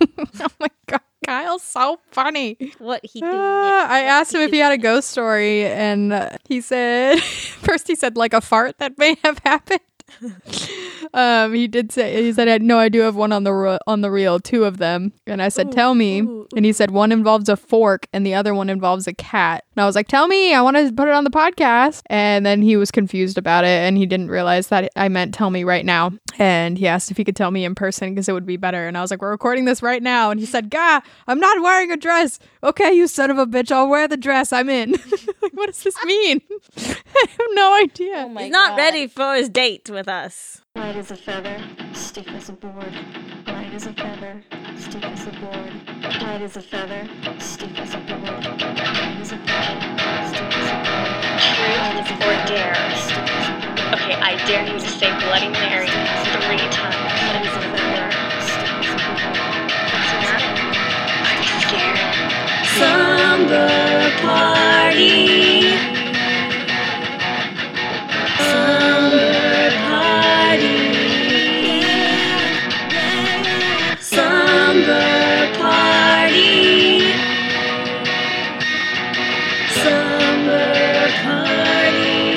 Oh was so funny. What he Uh, doing next? I asked him if he had a ghost story, and uh, he said, first he said like a fart that may have happened. um, he did say he said I had no idea of one on the re- on the reel, two of them, and I said, "Tell me." ooh, And he said one involves a fork and the other one involves a cat. And I was like, "Tell me, I want to put it on the podcast." And then he was confused about it, and he didn't realize that I meant tell me right now. And he asked if he could tell me in person because it would be better. And I was like, "We're recording this right now." And he said, "Gah, I'm not wearing a dress." Okay, you son of a bitch, I'll wear the dress I'm in. like, what does this mean? I have no idea. Oh my God. for his date with us. Light as a feather, stiff as a board. Light as a feather, stiff as a board. Light as a feather, stiff as a board. Light as a feather, stiff as a board. Light as a Truth or feather, dare? stiff as a board. Okay, I dare you to say Bloody Mary three times. Light as a feather, stiff as a board. I'm scared.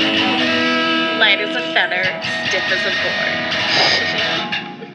Light as a feather, stiff as a board.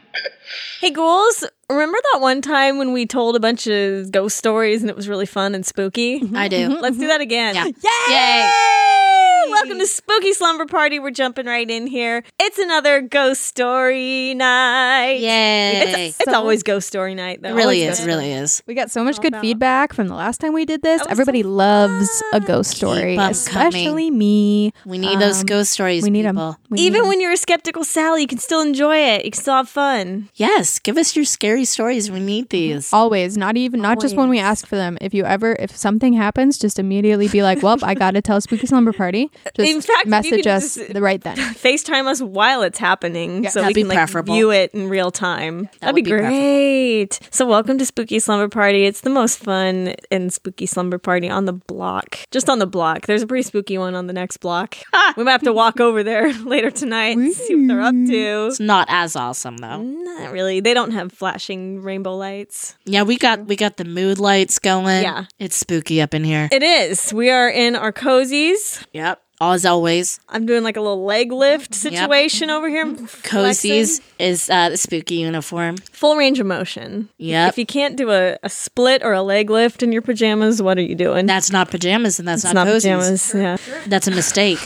Hey, ghouls, remember that one time when we told a bunch of ghost stories and it was really fun and spooky? I do. Let's do that again. Mm-hmm. Yeah. Yay! Welcome to Spooky Slumber Party. We're jumping right in here. It's another ghost story night. Yay. It's, it's always ghost story night, though. it really Always is. ghost- Really is. We got so much good about- feedback from the last time we did this. That was Everybody so loves a ghost Keep story, 'em especially coming. me. We need those Um, ghost stories. We need them. people. Even when you're a skeptical Sally, you can still enjoy it. You can still have fun. Yes, give us your scary stories. We need Mm-hmm. these. always, not even not just when we ask for them. If you ever if something happens, just immediately be like, "Well, I got to tell Spooky Slumber Party." Just In fact, you message could us just- the right then. FaceTime us while it's happening so we That'd be can like preferable. view it in real time. That'd be, would be preferable. great. So welcome to Spooky Slumber Party. It's the most fun and spooky slumber party on the block. Just on the block. There's a pretty spooky one on the next block. we might have to walk over there later tonight and see what they're up to. It's not as awesome though. Not really. They don't have flashing rainbow lights. Yeah, we got we got the mood lights going. Yeah. It's spooky up in here. It is. We are in our cozies. yep. As always, I'm doing like a little leg lift situation over here. I'm flexing. cozies is uh, the spooky uniform. full range of motion. Yep. If you can't do a, a split or a leg lift in your pajamas, what are you doing? That's not pajamas and that's it's not, not cozies. pajamas. Yeah. That's a mistake.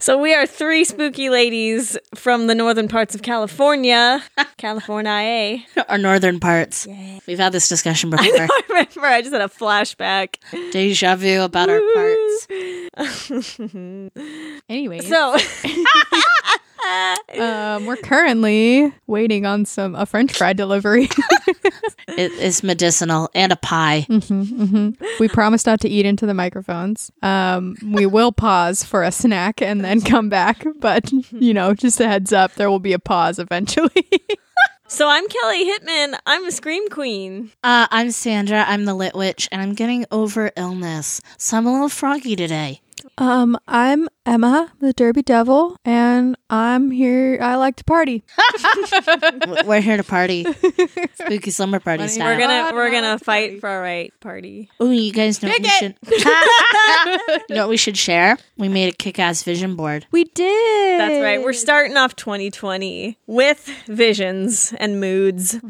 So we are three spooky ladies from the northern parts of California. California. Our northern parts. We've had this discussion before. I remember I just had a flashback. Deja vu about our parts. Anyway, So um, we're currently waiting on some a French fry delivery. It is medicinal and a pie. Mm-hmm, we promised not to eat into the microphones. Um, we will pause for a snack and then come back, but you know, just a heads up, there will be a pause eventually. so I'm Kelly Hitman. I'm a scream queen. Uh, I'm Sandra. I'm the Lit Witch, and I'm getting over illness. So I'm a little froggy today. Um, I'm Emma, the Derby Devil, and I'm here. I like to party. W- We're here to party. Spooky slumber party We're style. gonna God, we're now gonna it's a fight party. for our right party. Oh, you guys know what we should. you know what we should share? We made a kick-ass vision board. We did. That's right. We're starting off 2020 with visions and moods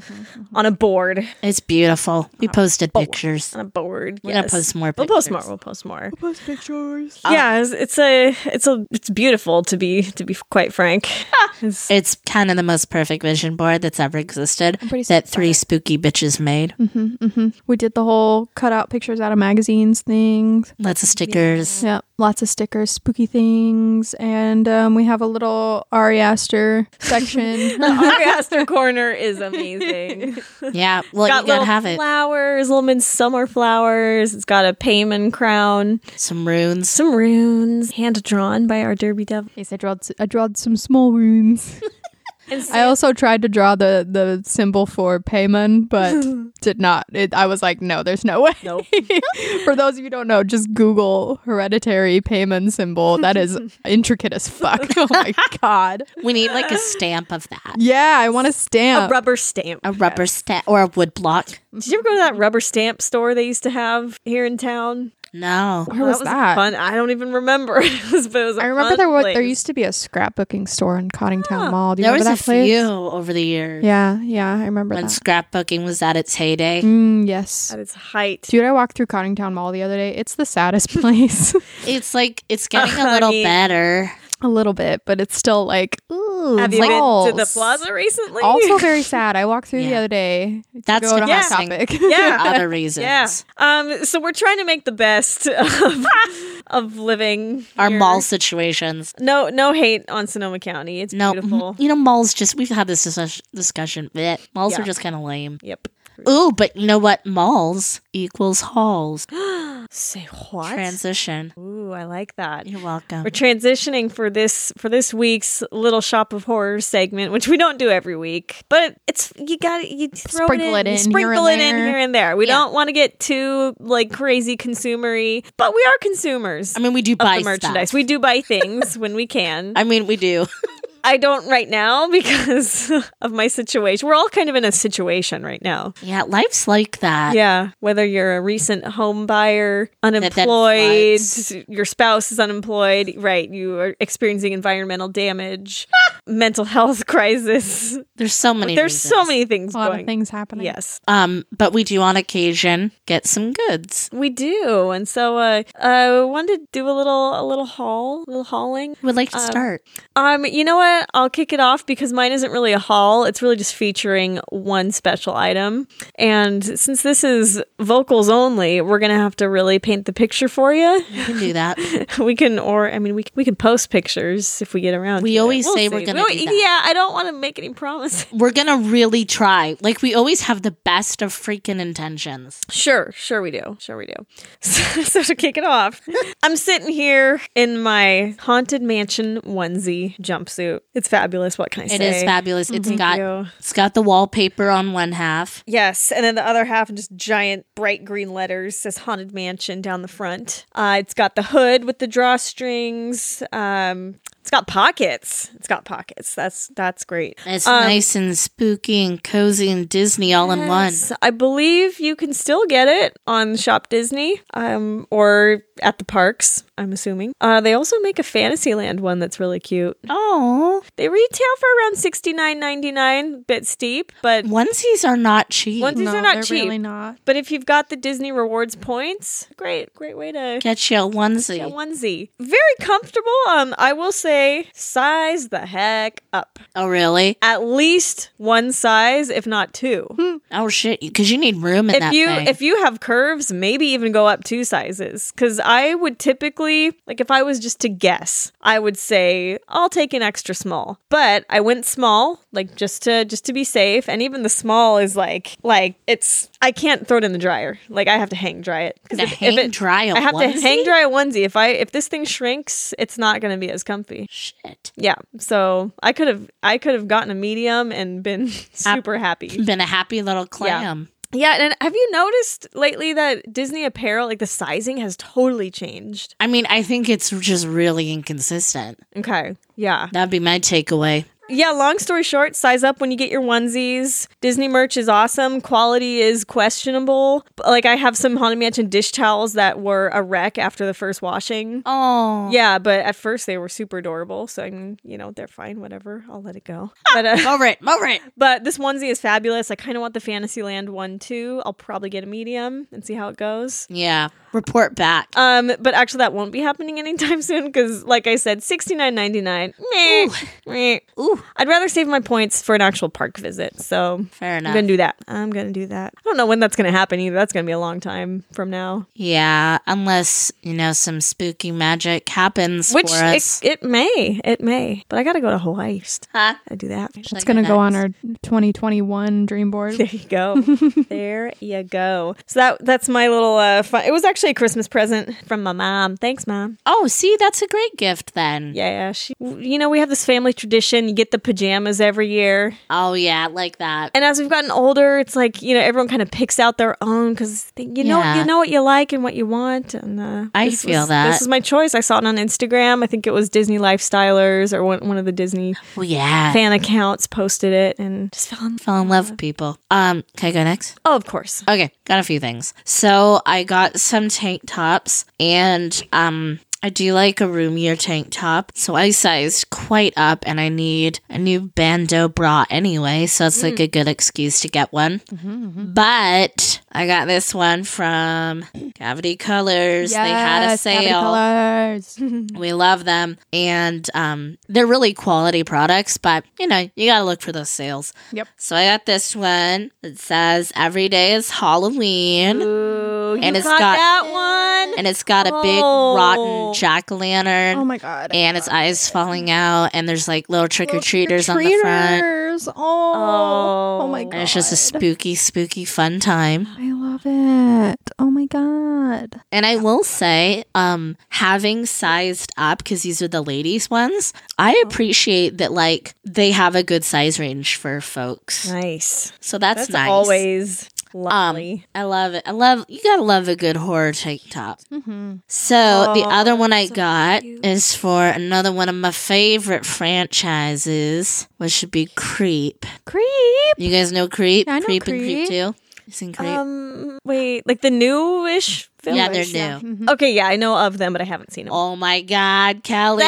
on a board. It's beautiful. We posted Oh. pictures. On a board. We're gonna yes. post more. We'll Pictures. post more. We'll post more. post pictures. yeah, it's, it's a it's a it's beautiful to be to be quite frank. It's- It's kind of the most perfect vision board that's ever existed. That three spooky bitches made. Mm. Mm-hmm, We did the whole cut out pictures out of magazines things. Lots of stickers. Yeah, lots of stickers, spooky things, and um, we have a little Ari Aster section. Ari Aster corner is amazing. Yeah. Well, got you gotta little have it. flowers, little midsummer flowers. It's got a payman crown, Some runes. some runes, hand drawn by our derby devil. yes, I drawed, s- I drawed some small runes. And I also tried to draw the the symbol for payman, but did not. It, I was like, no, there's no way. Nope. for those of you who don't know, just Google hereditary payman symbol. That is intricate as fuck. Oh my god. We need like a stamp of that. Yeah, I want a a stamp. rubber stamp. A rubber stamp or a wood block. Did you ever go to that rubber stamp store they used to have here in town? No. Where was that was that? fun. I don't even remember. it was, but it was a I remember fun there was place. there used to be a scrapbooking store in Cottingtown Mall. Do you There was remember a that place? few over the years Yeah, yeah, I remember when that. scrapbooking was at its heyday. Mm, yes. at its height. Dude, I walked through Cottingtown Mall the other day. It's the saddest place. It's like Oh, it's getting a I little mean- better. a little bit, but it's still like, ooh, Have you been to the malls. plaza recently? Also very sad. I walked through the Yeah. other day. to That's go to Hot depressing. Topic. yeah. Other reasons. Yeah. Um. So we're trying to make the best of, of living Our here. mall situations. No, no hate on Sonoma County. It's No, Mm-hmm. beautiful. you know, malls just, we've had this dis- discussion. Blech. Malls are Yeah. just kind of lame. Yep. Ooh, but you know what? Malls equals halls. Say what? Transition. Ooh, I like that. You're welcome. We're transitioning for this for this week's little shop of horror segment, which we don't do every week, but it's you got to you throw Sprinkle it in, it you in here sprinkle and it in there. here and there. We Yeah. don't want to get too like crazy consumery, but we are consumers. I mean, we do of buy the merchandise. Stuff. We do buy things when we can. I mean, we do. I don't right now because of my situation. We're all kind of in a situation right now. yeah, life's like that. Yeah, whether you're a recent home buyer, unemployed, your spouse is unemployed, right? You are experiencing environmental damage, mental health crisis. There's so many. There's so reasons. many things a lot going. of things happening. Yes, Um, but we do on occasion get some goods. we do, and so uh, I wanted to do a little, a little haul, a little hauling. Would like to Um, start. Um, you know what? I'll kick it off because mine isn't really a haul. It's really just featuring one special item. And since this is vocals only, we're gonna have to really paint the picture for you. We can do that. we can or i mean we, we can post pictures if we get around We to it. always We'll say we're see. gonna We- do that. yeah i don't want to make any promises We're gonna really try. Like we always have the best of freaking intentions. sure sure we do sure we do so, so to kick it off i'm sitting here in my haunted mansion onesie jumpsuit it's fabulous what can i It say is fabulous. It's got Mm-hmm. you. it's got the wallpaper on one half. Yes, and then the other half in just giant bright green letters says "Haunted Mansion" down the front. Uh, it's got the hood with the drawstrings. Um, it's got pockets. It's got pockets. That's that's great. It's Um, nice and spooky and cozy and Disney all in one. Yes, I believe you can still get it on Shop Disney um, or at the parks, I'm assuming. Uh, they also make a Fantasyland one that's really cute. Oh, They retail for around $69.99, bit steep, but onesies are not cheap. Onesies- These no, are not they're cheap. really not. but if you've got the Disney Rewards points, great, great way to Get you a onesie. get a onesie. Very comfortable. Um, I will say, size the heck up. Oh, really? At least one size, if not two. Oh shit! Because you need room in if that you thing. if you have curves maybe even go up two sizes because i would typically like if i was just to guess i would say i'll take an extra small but i went small like just to just to be safe and even the small is like like it's i can't throw it in the dryer like i have to hang dry it because To hang dry a i have to onesie? hang dry a onesie if i if this thing shrinks it's not going to be as comfy shit. yeah so i could have i could have gotten a medium and been super happy Been a happy little clam. yeah, and have you noticed lately that Disney apparel, like the sizing, has totally changed? I mean, I think it's just really inconsistent. Okay. Yeah. That'd be my takeaway. Yeah, long story short, size up when you get your onesies. Disney merch is awesome. Quality is questionable. But, Like, I have some Haunted Mansion dish towels that were a wreck after the first washing. Oh, Yeah, but at first they were super adorable. So, I mean, you know, they're fine, whatever. I'll let it go. But, uh, Move it, move it. But this onesie is fabulous. I kind of want the Fantasyland one too. I'll probably get a medium and see how it goes. Yeah. Report back. Um, but actually, that won't be happening anytime soon because, like I said, sixty nine ninety nine. Meh, meh. Ooh. I'd rather save my points for an actual park visit. So Fair I'm enough. gonna do that. I'm gonna do that. I don't know when that's gonna happen either. That's gonna be a long time from now, yeah, unless you know some spooky magic happens which for us. it, it may, it may. But I gotta go to Hawaii. first. Huh? I do that. Like It's going to go on next. our 2021 dream board. There you go. there you go. So that that's my little. Uh, fun. It was actually a Christmas present from my mom. Thanks, mom. Oh, see, that's a great gift then. Yeah, she. You know, we have this family tradition. You get get the pajamas every year. Oh yeah, I like that. And as we've gotten older, it's like you know everyone kind of picks out their own because you know Yeah. you know what you like and what you want. And uh, I this feel was- that. this is my choice. I saw it on Instagram. I think it was Disney Lifestylers or one, one of the Disney Well, Oh, yeah. fan accounts posted it and just fell in. Fell in love with people. Um, can I go next? Oh, of course. Okay, got a few things. So I got some tank tops and um I do like a roomier tank top. So I sized quite up and I need a new bandeau bra anyway, so it's like a good excuse to get one. But I got this one from Cavity Colors. they had a Yes, Gabby sale. Colors. We love them. And um, they're really quality products, but you know, you gotta look for those sales. Yep. So I got this one that says every day is Halloween. Ooh, And you it's got, got- that one. And it's got a big Oh. rotten jack o' lantern. Oh my god. and its eyes falling out, and there's like little trick or Little treaters on the front. trick-or-treaters. Oh. Oh my Oh. god. And it's just a spooky, spooky fun time. I love it. Oh my god. And I will say, um, having sized up because these are the ladies' ones, Uh-huh. I appreciate that like they have a good size range for folks. Nice. So that's, That's nice. always lovely. um, I love it. I love you. Gotta love a good horror tank top. Mm-hmm. So the Oh, other one I so got cute. is for another one of my favorite franchises, which would be Creep. Creep. You guys know Creep? Yeah, I know Creep, and Creep Creep. too? You seen Creep? Um, wait, like the newish film. yeah, they're new. Mhm. Okay, yeah, I know of them, but I haven't seen them. Oh my god, Kelly.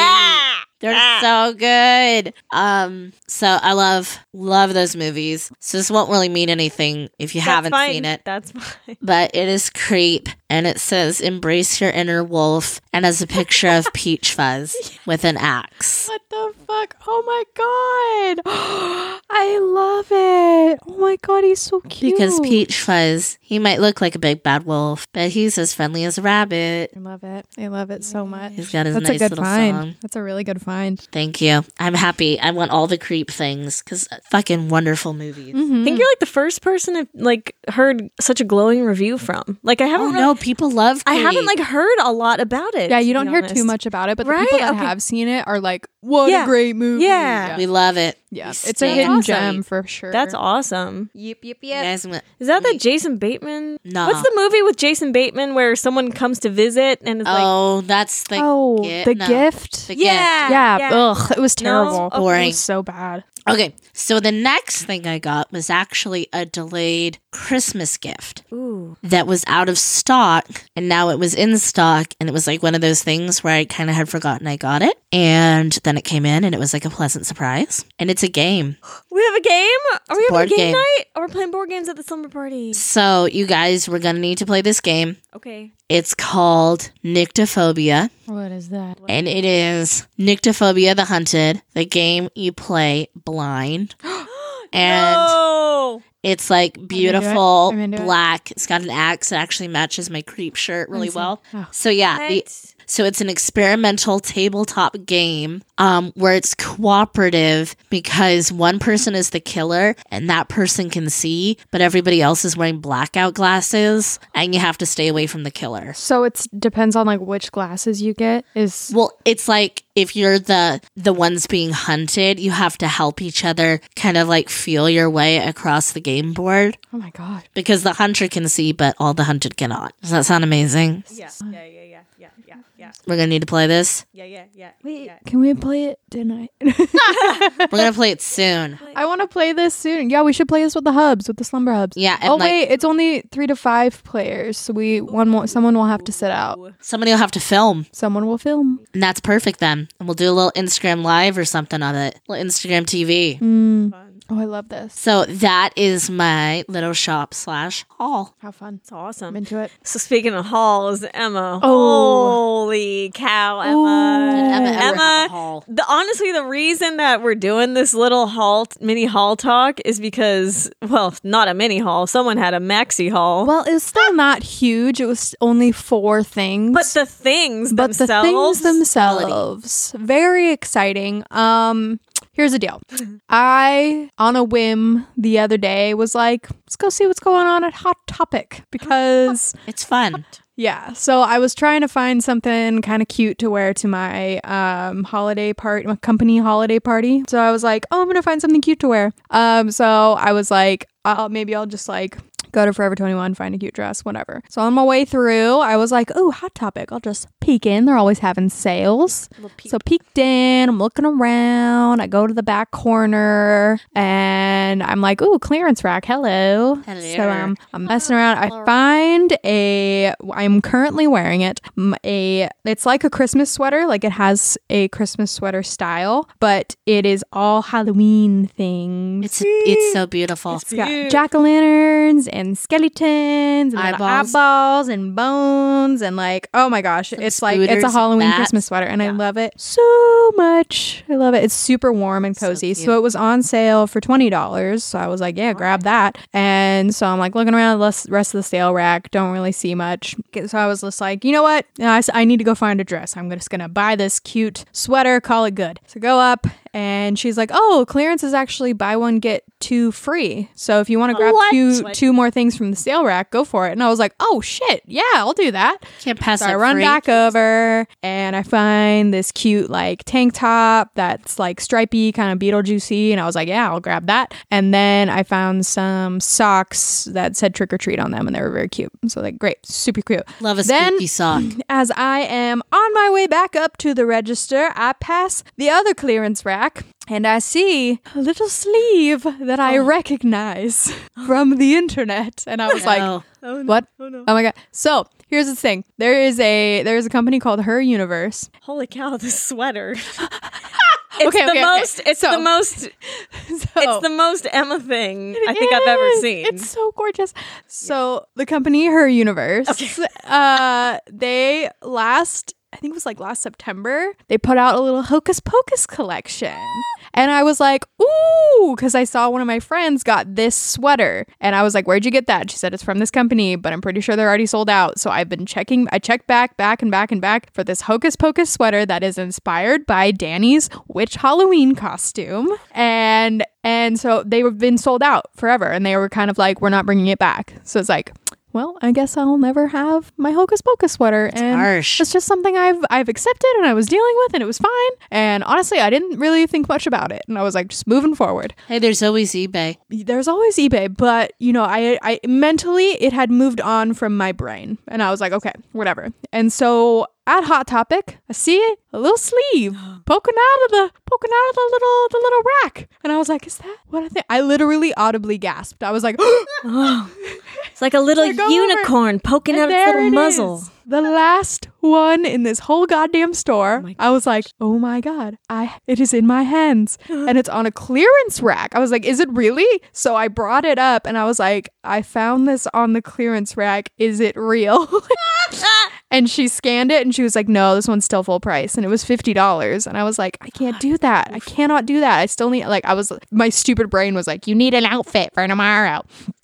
They're Ah! so good. Um, so I love love those movies. So this won't really mean anything if you That's haven't fine. seen it. That's fine. But it is creep and it says embrace your inner wolf and has a picture of Peach Fuzz with an axe. What the fuck? Oh my god. I love it. Oh my god, he's so cute. Because Peach Fuzz, he might look like a big bad wolf, but he's as friendly as a rabbit. I love it. I love it so much. He's got his That's nice a good little find. song. That's a really good find. Thank you. I'm happy. I want all the creep things because fucking wonderful movies. Mhm. I think you're like the first person I've like heard such a glowing review from. Like I haven't. Oh really- no, people love. I Creep. haven't like heard a lot about it. yeah, to be you don't hear too honest. much about it, but the Right? people that Okay. have seen it are like, "What Yeah. a great movie!" Yeah. yeah, We love it. Yeah. We it's a stand. hidden That's awesome. gem for sure. That's awesome. Yep, yep, yep. You guys went- Is that that Jason Bateman? Nah. What's the movie with Jason Bateman where someone comes to visit and it's like, oh, that's the oh, gift- the no. gift. The gift. yeah, yeah. Ugh, it was No. terrible. Oh, It Boring. was so bad. Okay, so the next thing I got was actually a delayed Christmas gift Ooh. that was out of stock, and now it was in stock, and it was like one of those things where I kind of had forgotten I got it, and then it came in, and it was like a pleasant surprise, and it's a game. We have a game. Are we having a board game, game. night? Or we're playing board games at the slumber party? So you guys, we're gonna need to play this game. Okay. It's called Nyctophobia. What is that? And it is Nyctophobia the Hunted, the game you play blind. And no. it's like into it. beautiful I'm into it. black. It. has got an axe. It actually matches my creep shirt really well. Oh. So yeah, the, What? so it's an experimental tabletop game um, where it's cooperative because one person is the killer and that person can see, but everybody else is wearing blackout glasses and you have to stay away from the killer. So it depends on like which glasses you get. Is Well, it's like if you're the the ones being hunted, you have to help each other kind of like feel your way across the game board oh my god. because the hunter can see but all the hunted cannot. Does that sound amazing? Yeah, yeah, yeah, yeah, yeah, yeah, yeah, We're going to need to play this. yeah, yeah, yeah. Wait, can we play it tonight? We're going to play it soon. I want to play this soon. Yeah, we should play this with the hubs, with the slumber hubs. Yeah, and oh like wait, it's only three to five players. So we one more, someone will have to sit out. somebody will have to film. Someone will film. And that's perfect then. And we'll do a little Instagram live or something of it. Little Instagram TV. Mm. Oh, I love this. So that is my little shop slash haul. How fun! It's I'm awesome. into it. So speaking of halls, Emma. Oh. Holy cow, Ooh. Emma. Did Emma, ever have a Emma, haul? The, honestly, the reason that we're doing this little hall, mini hall talk is because, well, not a mini hall. Someone had a maxi hall. Well, it's still not huge. It was only four things. but the things but the themselves. things themselves very exciting um Here's the deal. I, on a whim the other day, was like, let's go see what's going on at Hot Topic because It's fun. yeah, so I was trying to find something kind of cute to wear to my um, holiday part, my company holiday party. So I was like, oh, I'm gonna find something cute to wear. Um, so I was like, I'll, maybe I'll just like go to Forever 21, find a cute dress, whatever. So on my way through, I was like, oh, Hot Topic. I'll just peek in. They're always having sales. So peeked in. I'm looking around. I go to the back corner and I'm like, ooh, clearance rack. Hello. Hello. So um, I'm messing around. I find a. I'm currently wearing it. m- A. It's like a Christmas sweater. Like it has a Christmas sweater style, but it is all Halloween things. It's it's so beautiful. It's got jack o' lanterns and skeletons and little Eyeballs. eyeballs. and bones and like oh my gosh, it's like it's a scooters, Halloween bats. Christmas sweater and I love it so much. I love it. It's super warm and cozy. So, cute. it was on sale for twenty dollars. So I was like, yeah, grab that. And so I'm like looking around the les- rest of the sale rack, don't really see much. So I was just like, you know what? I, s- I need to go find a dress. I'm just gonna buy this cute sweater, call it good. So go up. And she's like, "Oh, clearance is actually buy one get two free. So if you want to grab What? two two more things from the sale rack, go for it." And I was like, "Oh shit, yeah, I'll do that." Can't pass So I up run free. back over and I find this cute like tank top that's like stripy, kind of Beetlejuicy, and I was like, yeah, I'll grab that. And then I found some socks that said trick or treat on them, and they were very cute. So like, great, super cute. Love a Then- spooky sock. As I am on my way back up to the register, I pass the other clearance rack and I see a little sleeve that Oh. I recognize from the internet, and I was like, No. what? Oh, my god! So here's the thing: there is a there is a company called Her Universe. Holy cow, this sweater. It's Okay, the okay, okay. most it's So- the most So, it's the most Emma thing I think I've ever Yes, seen. It's so gorgeous. So the company Her Universe, uh, they last. I think it was like last September, they put out a little Hocus Pocus collection. And I was like, ooh, because I saw one of my friends got this sweater. And I was like, where'd you get that? She said, it's from this company, but I'm pretty sure they're already sold out. So I've been checking, I checked back, back, and back, and back for this Hocus Pocus sweater that is inspired by Danny's witch Halloween costume. And and so they have been sold out forever. And they were kind of like, we're not bringing it back. So it's like, well, I guess I'll never have my Hocus Pocus sweater. and harsh. it's just something I've I've accepted and I was dealing with and it was fine. And honestly, I didn't really think much about it. And I was like, just moving forward. Hey, there's always eBay. There's always eBay, but you know, I I mentally it had moved on from my brain. And I was like, okay, whatever. And so at Hot Topic, I see it, a little sleeve poking out of the poking out of the little the little rack. And I was like, is that what I think? I literally audibly gasped. I was like, It's like a little Like, go unicorn poking And there it is. The last one in this whole goddamn store. I was like, "Oh my god, I it is in my hands." and it's on a clearance rack. I was like, "Is it really?" So I brought it up and I was like, "I found this on the clearance rack. Is it real?" and she scanned it and she was like, "No, this one's still full price." And it was $50. And I was like, "I can't do that. I cannot do that. I still need like I was my stupid brain was like, "You need an outfit for tomorrow."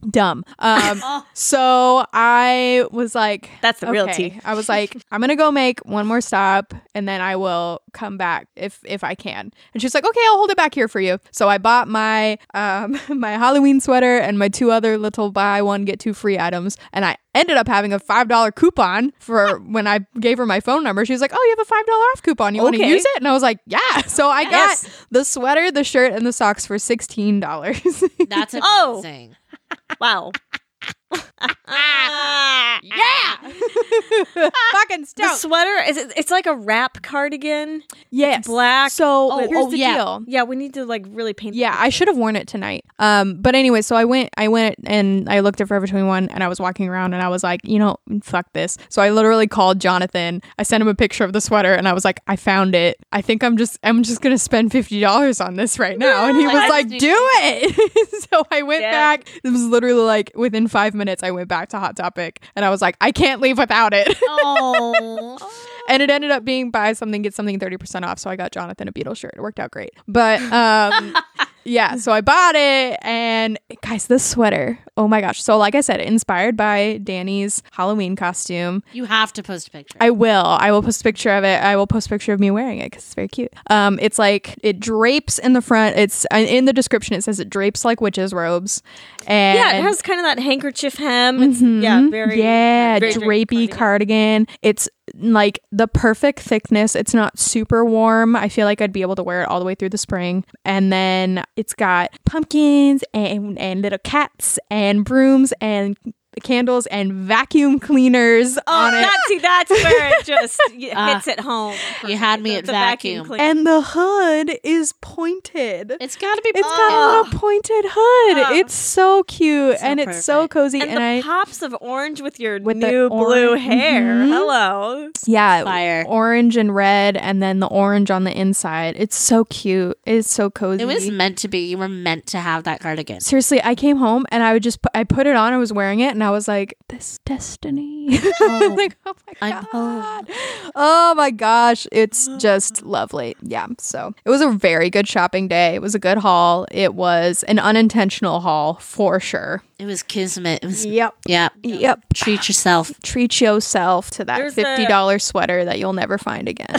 Dumb. Um so I was like, That's the real okay. tea. I was like, I'm gonna go make one more stop and then I will come back if if I can. And she's like, okay, I'll hold it back here for you. So I bought my um my Halloween sweater and my two other little buy one get two free items, and I ended up having a five dollar coupon for when I gave her my phone number. She was like, oh, you have a five dollar off coupon. You want to Okay. use it? And I was like, yeah. So I got Yes. the sweater, the shirt, and the socks for sixteen dollars. That's Oh. amazing. Wow. yeah, fucking The stoked. sweater is it, it's like a wrap cardigan. Yes. black. So Oh, here's oh, the yeah. deal. Yeah, we need to like really paint. Yeah, I should have worn it tonight. Um, but anyway, so I went, I went and I looked at Forever 21 and I was walking around and I was like, you know, fuck this. So I literally called Jonathan. I sent him a picture of the sweater and I was like, I found it. I think I'm just, I'm just going to spend $50 on this right now. And he was like, do it. so I went Yeah. back. It was literally like within five minutes, I went back to Hot Topic and I was like, I can't leave without it. Oh. and it ended up being buy something get something 30% off so i got jonathan a beatles shirt it worked out great but um yeah so i bought it and guys this sweater oh my gosh so like i said inspired by danny's halloween costume You have to post a picture. I will. I will post a picture of it. I will post a picture of me wearing it because it's very cute. Um, it's like it drapes in the front. It's uh, in the description. It says it drapes like witches' robes, and Yeah, it has kind of that handkerchief hem. It's yeah, Mhm. very yeah very drapey cardigan. It's like the perfect thickness. It's not super warm. I feel like I'd be able to wear it all the way through the spring. And then it's got pumpkins and and little cats and brooms and candles and vacuum cleaners Oh, on it. Uh, that, see, that's where it just it Ah. hits at home. You had me at vacuum. cleaner. and the hood is pointed. it's got to be. It's pocket. got a little pointed hood. Oh. It's so cute So and it's so perfect. cozy. and, And, the I, pops of orange with your With the new blue orange- hair. Mhm. Hello. yeah, Fire. orange and red, and then the orange on the inside. It's so cute. It's so cozy. It was meant to be. You were meant to have that cardigan. Seriously, I came home and I would just put, I put it on. I was wearing it and I was like, "This destiny." I was like, "Oh my I'm god, oh my gosh, it's just lovely." Yeah, so it was a very good shopping day. It was a good haul. It was an unintentional haul for sure. It was kismet. It was. Yep, Yeah. yep. Treat yourself. Treat yourself to that There's a- fifty dollar sweater that you'll never find again.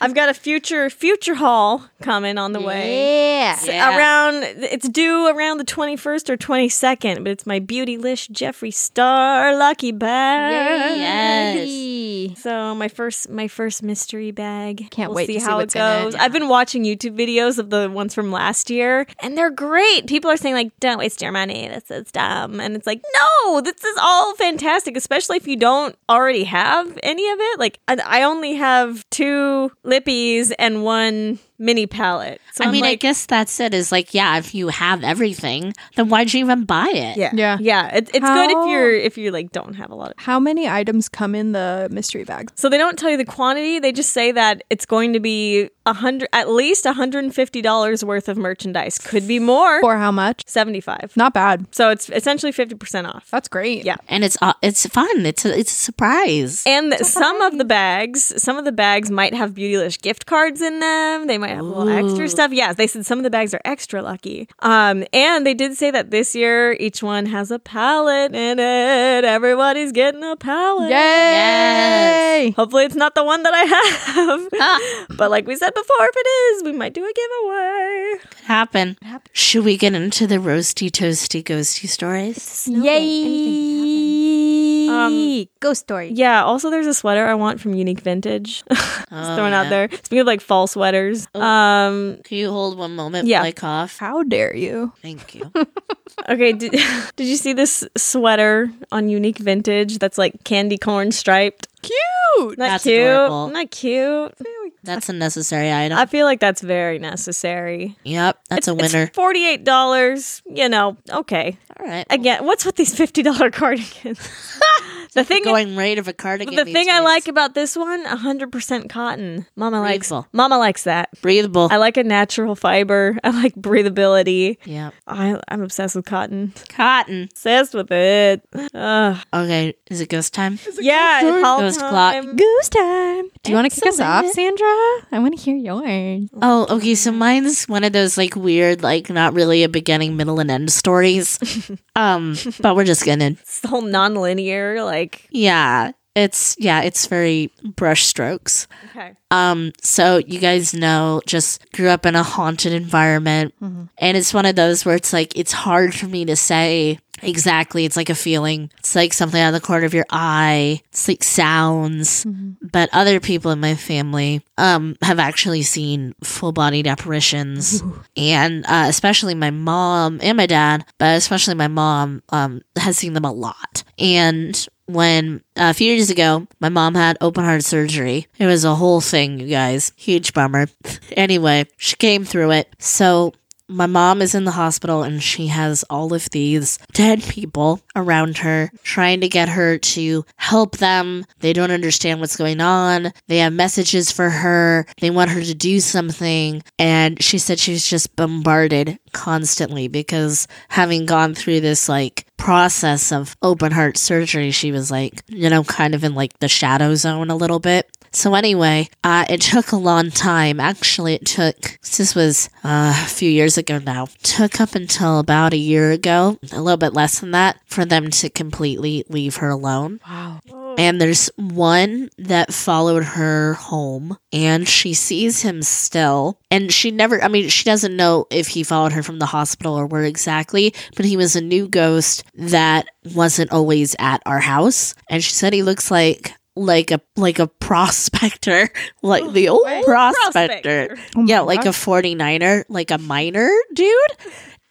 I've got a future future haul coming on the way. yeah. It's Yeah. Around it's due around the twenty first or twenty second, but it's my beauty list Jeffree Star lucky bag. Yes. So my first my first mystery bag. Can't We'll wait see to see how what's it in it. goes. I've been watching YouTube videos of the ones from last year, and they're great. People are saying like, "Don't waste your money. That's is dumb." And it's like, no, this is all fantastic, especially if you don't already have any of it. Like, I, I only have two lippies and one mini palette. So I I'm mean, I like, guess that's it. Is like, yeah, if you have everything, then why'd you even buy it? yeah, Yeah. yeah. It, it's good How- if you're if you like don't have a lot of How many items come in the mystery bag? So they don't tell you the quantity. They just say that it's going to be a hundred, at least one hundred and fifty dollars worth of merchandise. Could be more, For how much? seventy-five. Not bad. So it's essentially fifty percent off. That's great. Yeah. And it's uh, it's fun. It's a, it's a surprise. And some of the bags, some of the bags might have Beautylish gift cards in them. They might have a little extra stuff. Yeah, they said some of the bags are extra lucky. Um, and they did say that this year each one has a palette in it. Everybody's getting a palette. Yay! Yes. Hopefully, it's not the one that Ah. I have. but like we said before, if it is, we might do a giveaway. It happened. Should we get into the roasty toasty ghosty stories? Yay! Um, Ghost story. Yeah. Also, there's a sweater I want from Unique Vintage. Just Oh, throwing yeah. Oh. out there. Speaking of like fall sweaters, um, Can you hold one moment Yeah. while I cough? How dare you? Thank you. okay. Did, did you see this sweater on Unique Vintage that's like candy corn striped? Cute. Not That's cute. adorable. Not cute. That's a necessary item. I feel like that's very necessary. yep, that's a winner. It's Forty-eight dollars. You know. Okay. All right. Again, what's with these fifty-dollar cardigans? the thing going rate of a cardigan. the these thing I days. like about this one, 100% cotton. Mama likes Breathable. Mama likes that. breathable. I like a natural fiber. I like breathability. yeah, I, I'm obsessed with cotton. cotton. Obsessed with it. Ugh. Okay, is it ghost time? Yeah, it's all Ghost clock. time. Goose time. Do you want to kick us off, Excellent. Sandra? I want to hear yours. Oh, okay. So mine's one of those like weird, like not really a beginning, middle, and end stories. um, but we're just gonna It's the whole nonlinear. Like, yeah. It's yeah, it's very brush strokes. okay. Um, so you guys know, just grew up in a haunted environment, and it's one of those where it's like it's hard for me to say exactly. It's like a feeling. It's like something out of the corner of your eye. It's like sounds, but other people in my family um have actually seen full bodied apparitions, and uh, especially my mom and my dad, but especially my mom um has seen them a lot, and when uh, a few years ago my mom had open heart surgery. It was a whole thing, you guys. Huge bummer. anyway, she came through it. So my mom is in the hospital and she has all of these dead people around her trying to get her to help them. They don't understand what's going on. They have messages for her. They want her to do something. And she said she was just bombarded constantly because having gone through this like process of open heart surgery, she was like, you know, kind of in like the shadow zone a little bit. So anyway, uh, it took a long time. Actually, it took this was uh, a few years ago now. Took up until about a year ago, a little bit less than that, for them to completely leave her alone. Wow. And there's one that followed her home and she sees him still. And she never, I mean, she doesn't know if he followed her from the hospital or where exactly, but he was a new ghost that wasn't always at our house. And she said he looks like like a like a prospector like the old Wait, prospector, prospector. Oh my yeah like a gosh. 49er like a miner dude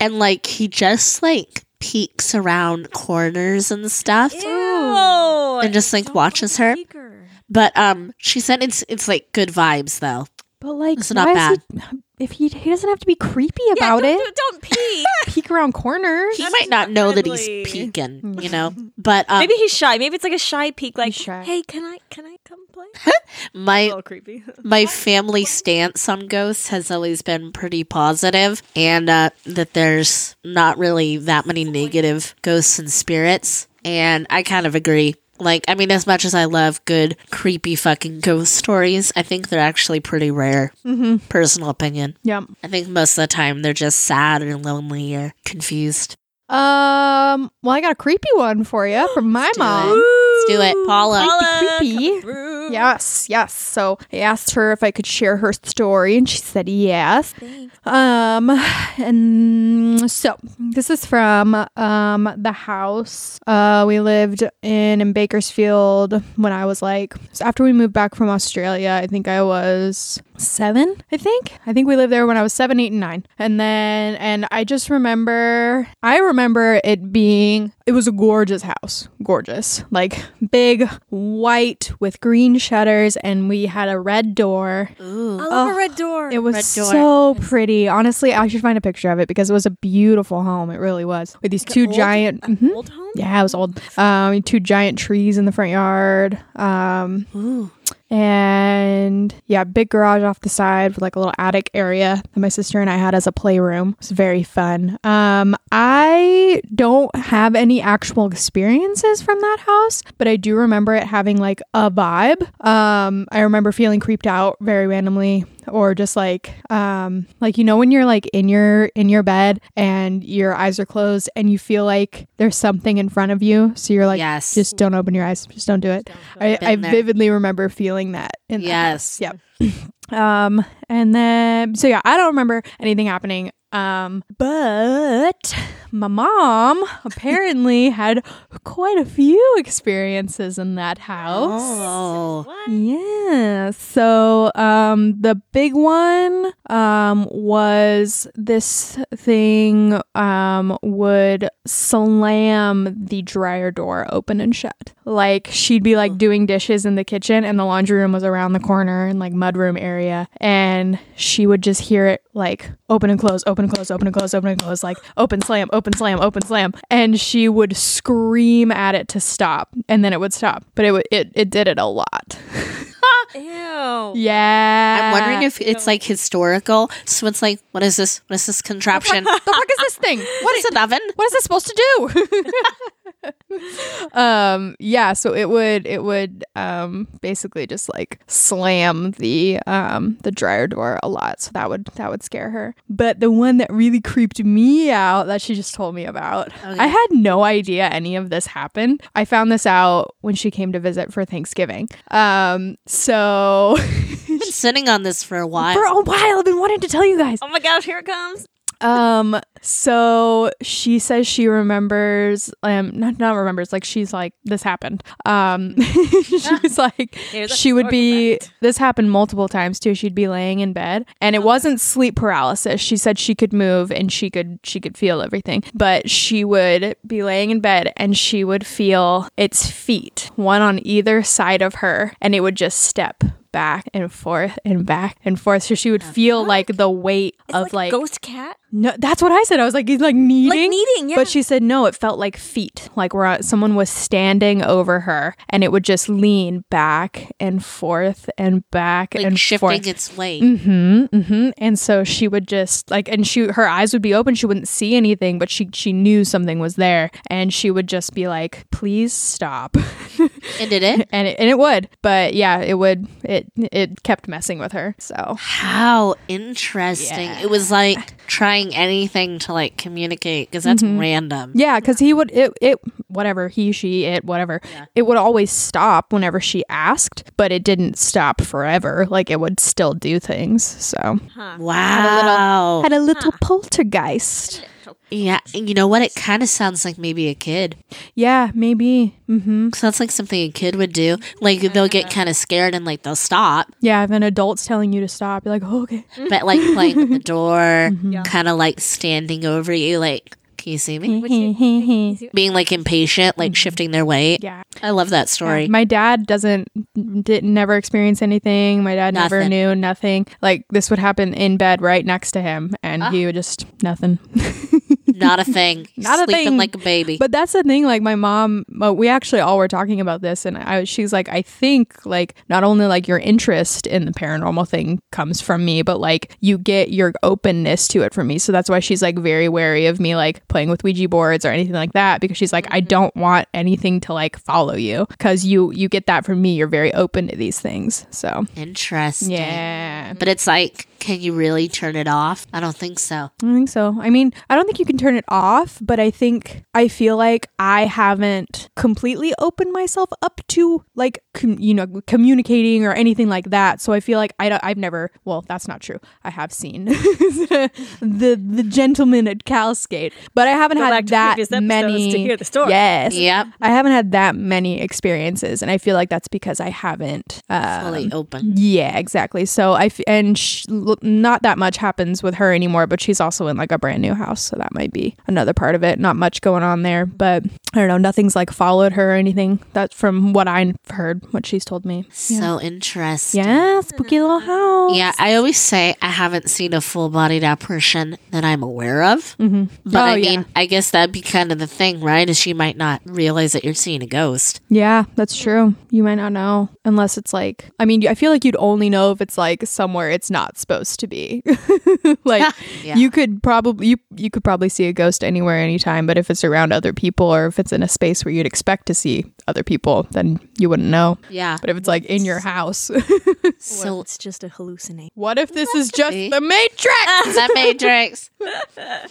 and like he just like peeks around corners and stuff Ew. And just, like, Don't watches her. like her. But um, she said it's it's like good vibes though. But like, It's not why is he- if he he doesn't have to be creepy about yeah, it, don't, Don't, don't pee. peek around corners. He That's might not know that friendly. he's peeking, you know. But um, Maybe he's shy. Maybe it's like a shy peek. Like, Uh, He's shy. hey, can I can I come play? a my little creepy. my family stance on ghosts has always been pretty positive, and uh, that there's not really that many negative ghosts and spirits. And I kind of agree. Like, I mean, as much as I love good creepy fucking ghost stories, I think they're actually pretty rare. Mm-hmm. Personal opinion. Yep. I think most of the time they're just sad or lonely or confused. Um. Well, I got a creepy one for you from my do mom. it. Let's do it, Paula. Paula, Creepy. come through. Yes, yes. So I asked her if I could share her story, and she said yes. Thanks. Um, and so this is from um the house uh we lived in in Bakersfield when I was like so after we moved back from Australia. I think I was seven. I think I think we lived there when I was seven, eight, and nine. And then and I just remember I remember it being it was a gorgeous house, gorgeous, like big white with green shutters, and we had a red door Ooh. I love a red door. Oh, it was Red door. so pretty. Honestly, I should find a picture of it because it was a beautiful home. It really was. With these two old- Uh, giant mhm. Old home. Yeah, it was old. Um two giant trees in the front yard. Um Ooh. and yeah, big garage off the side with like a little attic area that my sister and I had as a playroom. It was very fun. Um, I don't have any actual experiences from that house, but I do remember it having like a vibe. Um, I remember feeling creeped out very randomly or just like um like you know when you're like in your in your bed and your eyes are closed and you feel like there's something in front of you so you're like Yes. just don't open your eyes just don't do it I, Been I there. vividly remember feeling that in the Yes. house. Yep. um, and then so yeah, I don't remember anything happening. Um, but my mom apparently had quite a few experiences in that house. Oh. What? Yeah. So um the big one um was this thing um would slam the dryer door open and shut. Like she'd be like doing dishes in the kitchen and the laundry room was around the corner and like mudroom area and she would just hear it like open and close, open and close, open and close, open and close, like open slam, open slam, open slam, and she would scream at it to stop, and then it would stop. But it would it, it did it a lot. Ew. yeah, I'm wondering if it's like historical. So it's like, what is this? What is this contraption? the fuck is this thing? What What is an oven? what is this supposed to do? um yeah, so it would it would um basically just like slam the um the dryer door a lot. So that would that would scare her. But the one that really creeped me out that she just told me about. I had no idea any of this happened. I found this out when she came to visit for Thanksgiving. Um so I've been sitting on this for a while. for a while I've been wanting to tell you guys. Oh my gosh, here it comes. Um. So she says she remembers. Um. Not not remembers. Like she's like this happened. Um. she's like Here's a she would be. throwback. This happened multiple times too. She'd be laying in bed, and Oh. it wasn't sleep paralysis. She said she could move and she could she could feel everything, but she would be laying in bed and she would feel its feet, one on either side of her, and it would just step back and forth and back and forth. So she would feel like the weight It's of like, like ghost cat. No, that's what I said. I was like, he's like kneading. Like kneading, yeah. But she said no, it felt like feet, like where someone was standing over her and it would just lean back and forth and back Like and shifting forth. its weight. hmm hmm And so she would just like, and she, her eyes would be open. She wouldn't see anything, but she, she knew something was there, and she would just be like, "Please stop." And did it? and it, and it would, but yeah, it would. It it kept messing with her. So How interesting. It was like trying anything to like communicate because that's Mm-hmm. random. yeah, because he would it it whatever he she it whatever it would always stop whenever she asked, but it didn't stop forever. Like it would still do things. So Wow. had a little poltergeist. yeah. and You know what? It kind of sounds like maybe a kid. Yeah, maybe. Mm-hmm. So that's like something a kid would do. Like they'll get kind of scared and like they'll stop, Yeah, if an adult's telling you to stop, you're like, oh, okay. but like playing with the door, Mm-hmm. kind of like standing over you, like, can you see me? Being like impatient, like shifting their weight. Mm-hmm. yeah. I love that story. My dad doesn't, did never experience anything. My dad never Nothing. knew nothing. Like this would happen in bed right next to him, and he would just nothing. Not a thing. Not a Sleeping thing. like a baby. But that's the thing. Like my mom, uh, we actually all were talking about this, and I, she's like, I think like not only like your interest in the paranormal thing comes from me, but like you get your openness to it from me. So that's why she's like very wary of me like playing with Ouija boards or anything like that because she's like, I don't want anything to like follow you because you you get that from me. You're very open to these things. So Interesting. yeah. But it's like, can you really turn it off? I don't think so. I think so. I mean, I don't think you can turn it off, but I think I feel like I haven't completely opened myself up to like com- you know communicating or anything like that. So I feel like I don't, I've never. Well, that's not true. I have seen the the gentleman at Calskate, but I haven't Go back had to that previous episodes many to hear the story. Yes, Yep. I haven't had that many experiences, and I feel like that's because I haven't uh, Fully open. yeah, exactly. So I f- and sh- l- not that much happens with her anymore, but she's also in like a brand new house, so that might be another part of it. Not much going on there, but I don't know. Nothing's like followed her or anything. That's from what I heard, what she's told me. So interesting. Yeah, spooky little house. Yeah, I always say I haven't seen a full bodied apparition that I'm aware of. Mm-hmm. But Oh, I yeah. mean, I guess that'd be kind of the thing, right? Is you might not realize that you're seeing a ghost. Yeah, that's true. You might not know unless it's like. I mean, I feel like you'd only know if it's like somewhere it's not supposed to be. like Yeah. you could probably you you could probably see a ghost anywhere, anytime. But if it's around other people or if it's in a space where you'd expect to see other people, then you wouldn't know. Yeah. But if it's like in your house, So it's just a hallucinate. what if this is just the Matrix? that Matrix,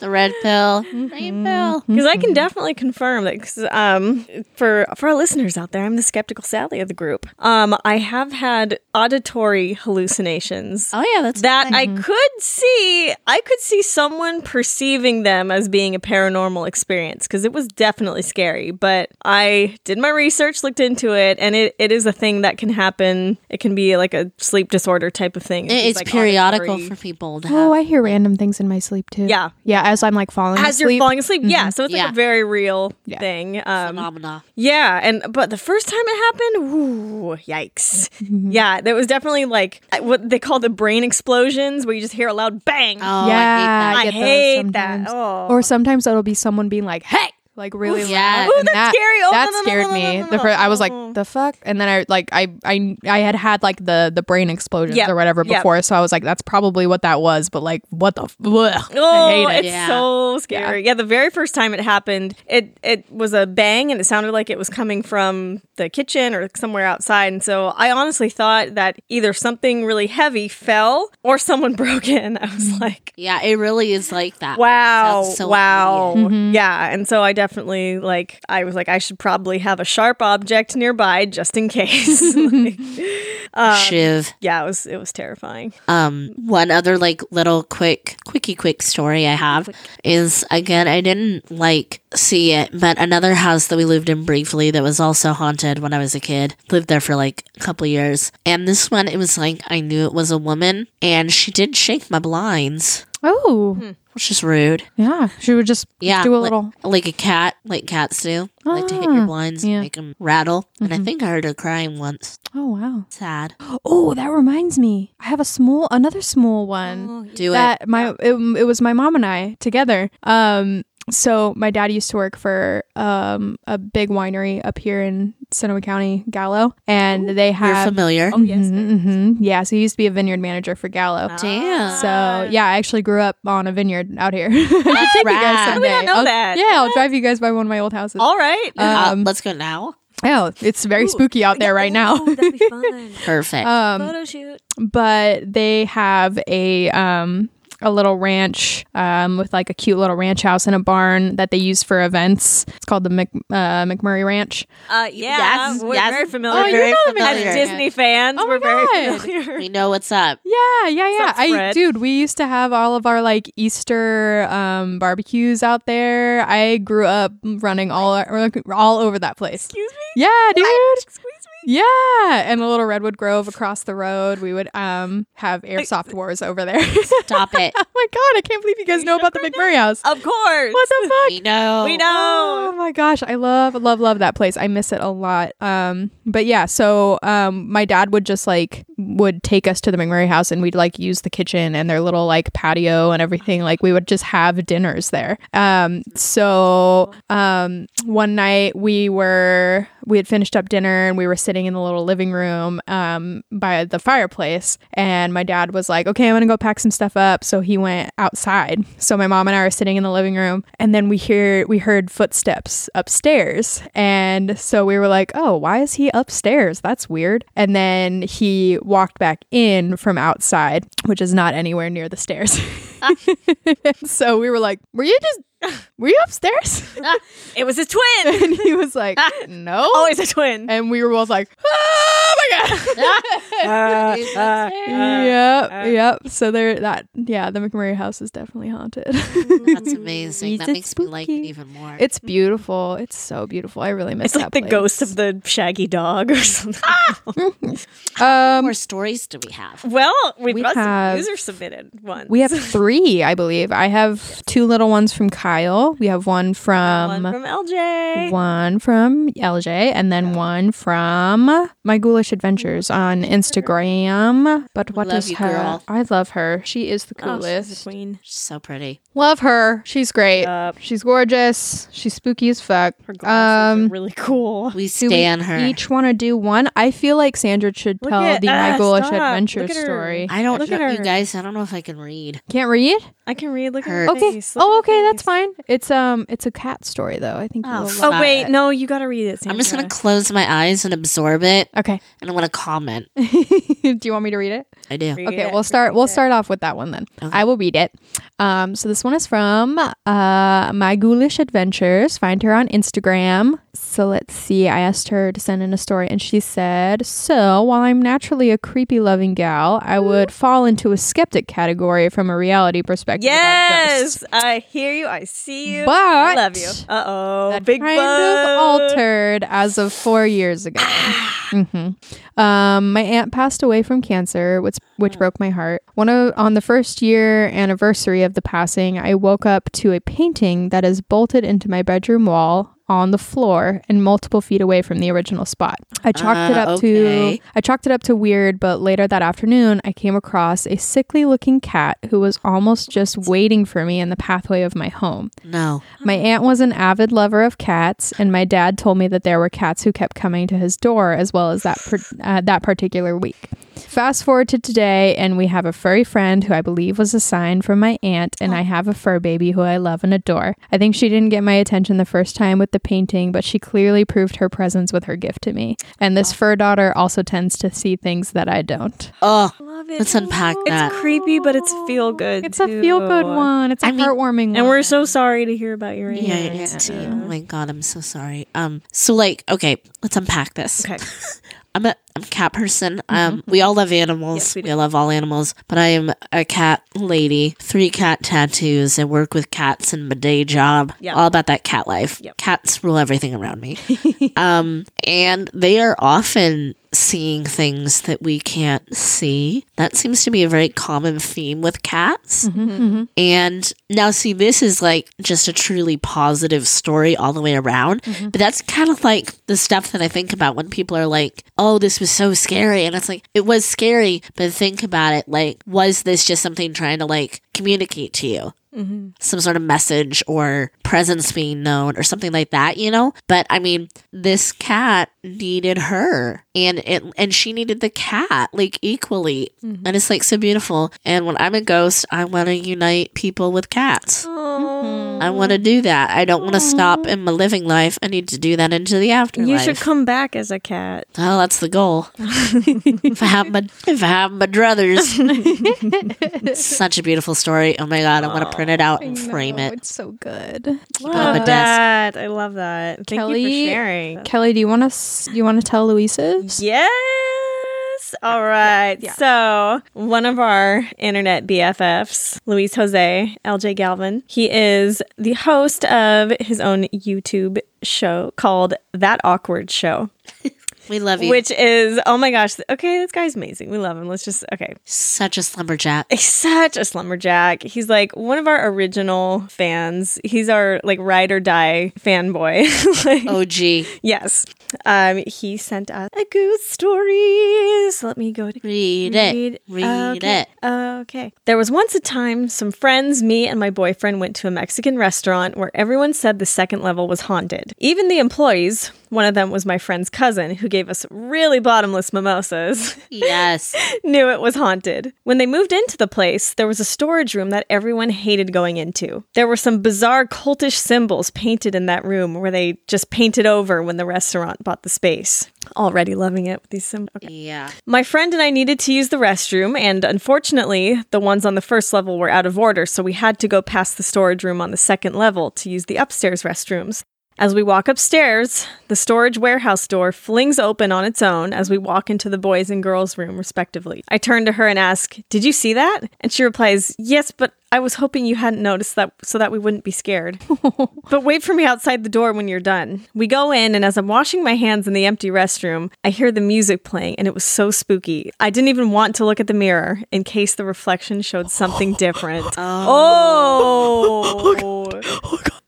the red pill, Mm-hmm. green pill. Mm-hmm. Because I can definitely confirm that. 'cause, um, for for our listeners out there, I'm the skeptical Sally of the group. Um, I have had auditory hallucinations. Oh yeah, that's that I could see, I could see someone perceiving them as being a paranormal experience because it was definitely scary. But I did my research, looked into it, and it, it is a thing that can happen. It can be like a sleep disorder type of thing. It- it's like periodical auditory- for people to have. Oh, I hear random things in my sleep too. Yeah. yeah. As I'm like falling as asleep. you're falling asleep. Yeah, so it's like Mm-hmm. Yeah. a very real Yeah. thing. Um, phenomena. Yeah, and but the first time it happened, ooh, yikes! Mm-hmm. Yeah, there was definitely like I- what they call the brain explosions, where you just hear a loud bang. Oh, yeah, I hate that. I get those hate that. sometimes. Oh. Or sometimes it'll be someone being like, "Hey." Like really Oof. loud. Yeah. and Ooh, that's that, scary. Oh, that no, no, no, scared no, no, me. no, no, The first, I was like, no. "The fuck!" And then I like, I, I, I had had like the the brain explosions Yep. or whatever Yep. before, so I was like, "That's probably what that was." But like, what the? F- blech. Oh, I hate it. it's Yeah. so scary. Yeah. the very first time it happened, it it was a bang and it sounded like it was coming from the kitchen or somewhere outside. And so I honestly thought that either something really heavy fell or someone broke in. I was like, Yeah, it really is like that. wow, Mm. Sounds so Mm-hmm. wow. weird. Yeah, and so I definitely like I was like I should probably have a sharp object nearby just in case. Like, Shiv. yeah, it was it was terrifying. Um, one other like little quick, quickie, quick story I have is again I didn't like see it, but another house that we lived in briefly that was also haunted when I was a kid. Lived there for like a couple years, and this one it was like I knew it was a woman, and she did shake my blinds. Oh, which is rude. Yeah, she would just Yeah, do a like- little. Like a cat, like cats do. like to hit your Ah, blinds yeah. Mm-hmm. and make them rattle. And I think I heard her crying once. Oh wow. Sad. Oh, that reminds me. I have a small, another small one. Do it. that my it, it was my mom and I together. Um, so my dad used to work for um a big winery up here in Sonoma County, Gallo, and they You're have. familiar. Oh, yes. Mhm, mhm. Yeah, so he used to be a vineyard manager for Gallo. Damn. So yeah, I actually grew up on a vineyard out here. I'll take you guys rad. How did we not someday. know I'll- that? Yeah, I'll drive you guys by one of my old houses. All right. Uh, um, let's go now. oh, it's very spooky out there right now. Oh, that'd be fun. Perfect. um, Photo shoot. but they have a um a little ranch um, with like a cute little ranch house and a barn that they use for events. It's called the Mc, uh, McMurray Ranch. Uh, yeah, Yes, we're yes. very familiar. Oh, you're Very not As familiar. Disney fans, Oh my we're very God. familiar. we know what's up. Yeah, yeah, yeah. Sounds I Fred. dude, we used to have all of our like Easter um, barbecues out there. I grew up running all all over that place. Excuse me. Yeah, dude. Squeeze me. Yeah, and a little redwood grove across the road. We would um have airsoft wars over there. oh Stop it. my god, I can't believe you guys know about the McMurray house. Of course. What the fuck? We know. We know. Oh my gosh, I love love love that place. I miss it a lot. Um but yeah, so um my dad would just like would take us to the McMurray house and we'd like use the kitchen and their little like patio and everything. Like we would just have dinners there. Um so um one night we were we had finished up dinner and we were sitting in the little living room um by the fireplace and my dad was like, "Okay, I'm going to go pack some stuff up." So he went outside. So my mom and I are sitting in the living room and then we hear we heard footsteps upstairs. And so we were like, "Oh, why is he upstairs? That's weird." And then he walked back in from outside, which is not anywhere near the stairs. so we were like, "Were you just were you upstairs?" It was a twin. and he was like, "No." Always a twin. And we were both like, "Oh my god!" Uh, yep, yep. So there, that yeah, the McMurray house is definitely haunted. That's amazing. Mm-hmm. That It's makes me like it spooky. even more. it's beautiful. It's so beautiful. I really miss it's like that the place. ghost of the shaggy dog or something. Ah! What Um, more stories do we have? well, we, We must have- have user submitted ones. we have three, I believe. I have two little ones from Kyle. We have one from. one from LJ. um, one from LJ and then one from My Ghoulish Adventures on Instagram. But what Love is you, her? girl. I love her. She is the Oh, she's a coolest. queen. She's so pretty. Love her. She's great. Yup. She's gorgeous. She's spooky as fuck. Her glasses are Um, really cool. We do we stand her. each want to do one? I feel like Sandra should Look tell at- the My ah, Ghoulish stop. Look Adventures at her. story. I don't Look know, at you her. guys. I don't know if I can read. Can't read. I can read. Look at her. Her- Okay. face. Look Oh, at her okay. That's face. fine. It's um, it's a cat story though. I think. Oh, you'll fuck. love Oh wait, it. no, you got to read it. I'm just gonna Sandra. close my eyes and absorb it, Okay. and I'm gonna comment. do you want me to read it? I do. Read Okay, it. we'll start. We'll start off with that one then. I will read it. Um, so this one is from uh, My Ghoulish Adventures. Find her on Instagram. So let's see. I asked her to send in a story, and she said, "So while I'm naturally a creepy loving gal, I would fall into a skeptic category from a reality perspective. about ghosts." Yes, I hear you. I see you. I But- love you. Uh oh, that big kind bug. of altered as of four years ago. Ah. hmm Um, my aunt passed away from cancer, which Mm. which broke my heart. One of, on the first year anniversary of the passing, I woke up to a painting that is bolted into my bedroom wall on the floor and multiple feet away from the original spot. I chalked it Ah, up okay. to I chalked it up to weird, but later that afternoon, I came across a sickly looking cat who was almost just waiting for me in the pathway of my home. No. My aunt was an avid lover of cats, and my dad told me that there were cats who kept coming to his door as well as that per- uh, that particular week. Fast forward to today, and we have a furry friend who I believe was a sign from my aunt, and Oh. I have a fur baby who I love and adore. I think she didn't get my attention the first time with the painting, but she clearly proved her presence with her gift to me. And this fur daughter also tends to see things that I don't. Oh, Love it. let's unpack that. It's creepy, but it's feel good. It's a feel good one. It's a I mean- heartwarming one. and we're so sorry to hear about your aunt. yeah, it's tea. Oh my god, I'm so sorry. Um, so like, okay, let's unpack this. Okay. Mm-hmm. I'm a, I'm a cat person. Um, we all love animals. Yes, we we, do. love all animals. But I am a cat lady. Three cat tattoos. I work with cats in my day job. Yeah. All about that cat life. Yep. Cats rule everything around me. um, and they are often seeing things that we can't see. That seems to be a very common theme with cats. And now, see, this is like just a truly positive story all the way around. But that's kind of like the stuff that I think about when people are like, oh, this was so scary. And it's like, it was scary, but think about it. Like, was this just something trying to like communicate to you? Some sort of message or presence being known or something like that, you know? But I mean, this cat needed her and it and she needed the cat like equally. Mm-hmm. And it's like so beautiful. And when I'm a ghost, I want to unite people with cats. Mm-hmm. Oh. I want to do that. I don't want to stop in my living life. I need to do that into the afterlife. You should come back as a cat. Oh, that's the goal. if I have my if I have my druthers. It's such a beautiful story. Oh my god, I want to print it out and frame it. It's so good. on the Love desk. that. I love that. Thank Kelly- you for sharing. Kelly, do you want to you want to tell Luisa's? Yes. All right. So, one of our internet BFFs, Luis Jose LJ Galvin, he is the host of his own YouTube show called That Awkward Show, We love you. which is, oh my gosh, okay, this guy's amazing. We love him. Let's just, okay. such a slumberjack. He's such a slumberjack. He's like one of our original fans. He's our like ride or die fanboy. Like- Oh. OG. Yes. Um, he sent us a goose story. So let me go to Read it. Read okay. it. Okay. There was once a time some friends, me and my boyfriend, went to a Mexican restaurant where everyone said the second level was haunted. Even the employees, one of them was my friend's cousin who gave us really bottomless mimosas, Yes. knew it was haunted. When they moved into the place, there was a storage room that everyone hated going into. There were some bizarre cultish symbols painted in that room where they just painted over when the restaurant bought the space. Already loving it with these symbols. Okay. Yeah. My friend and I needed to use the restroom, and unfortunately, the ones on the first level were out of order, so we had to go past the storage room on the second level to use the upstairs restrooms. As we walk upstairs, the storage warehouse door flings open on its own as we walk into the boys' and girls' room, respectively. I turn to her and ask, Did you see that? And she replies, Yes, but I was hoping you hadn't noticed that so that we wouldn't be scared. But wait for me outside the door when you're done. We go in, and as I'm washing my hands in the empty restroom, I hear the music playing, and it was so spooky. I didn't even want to look at the mirror in case the reflection showed something different. Oh.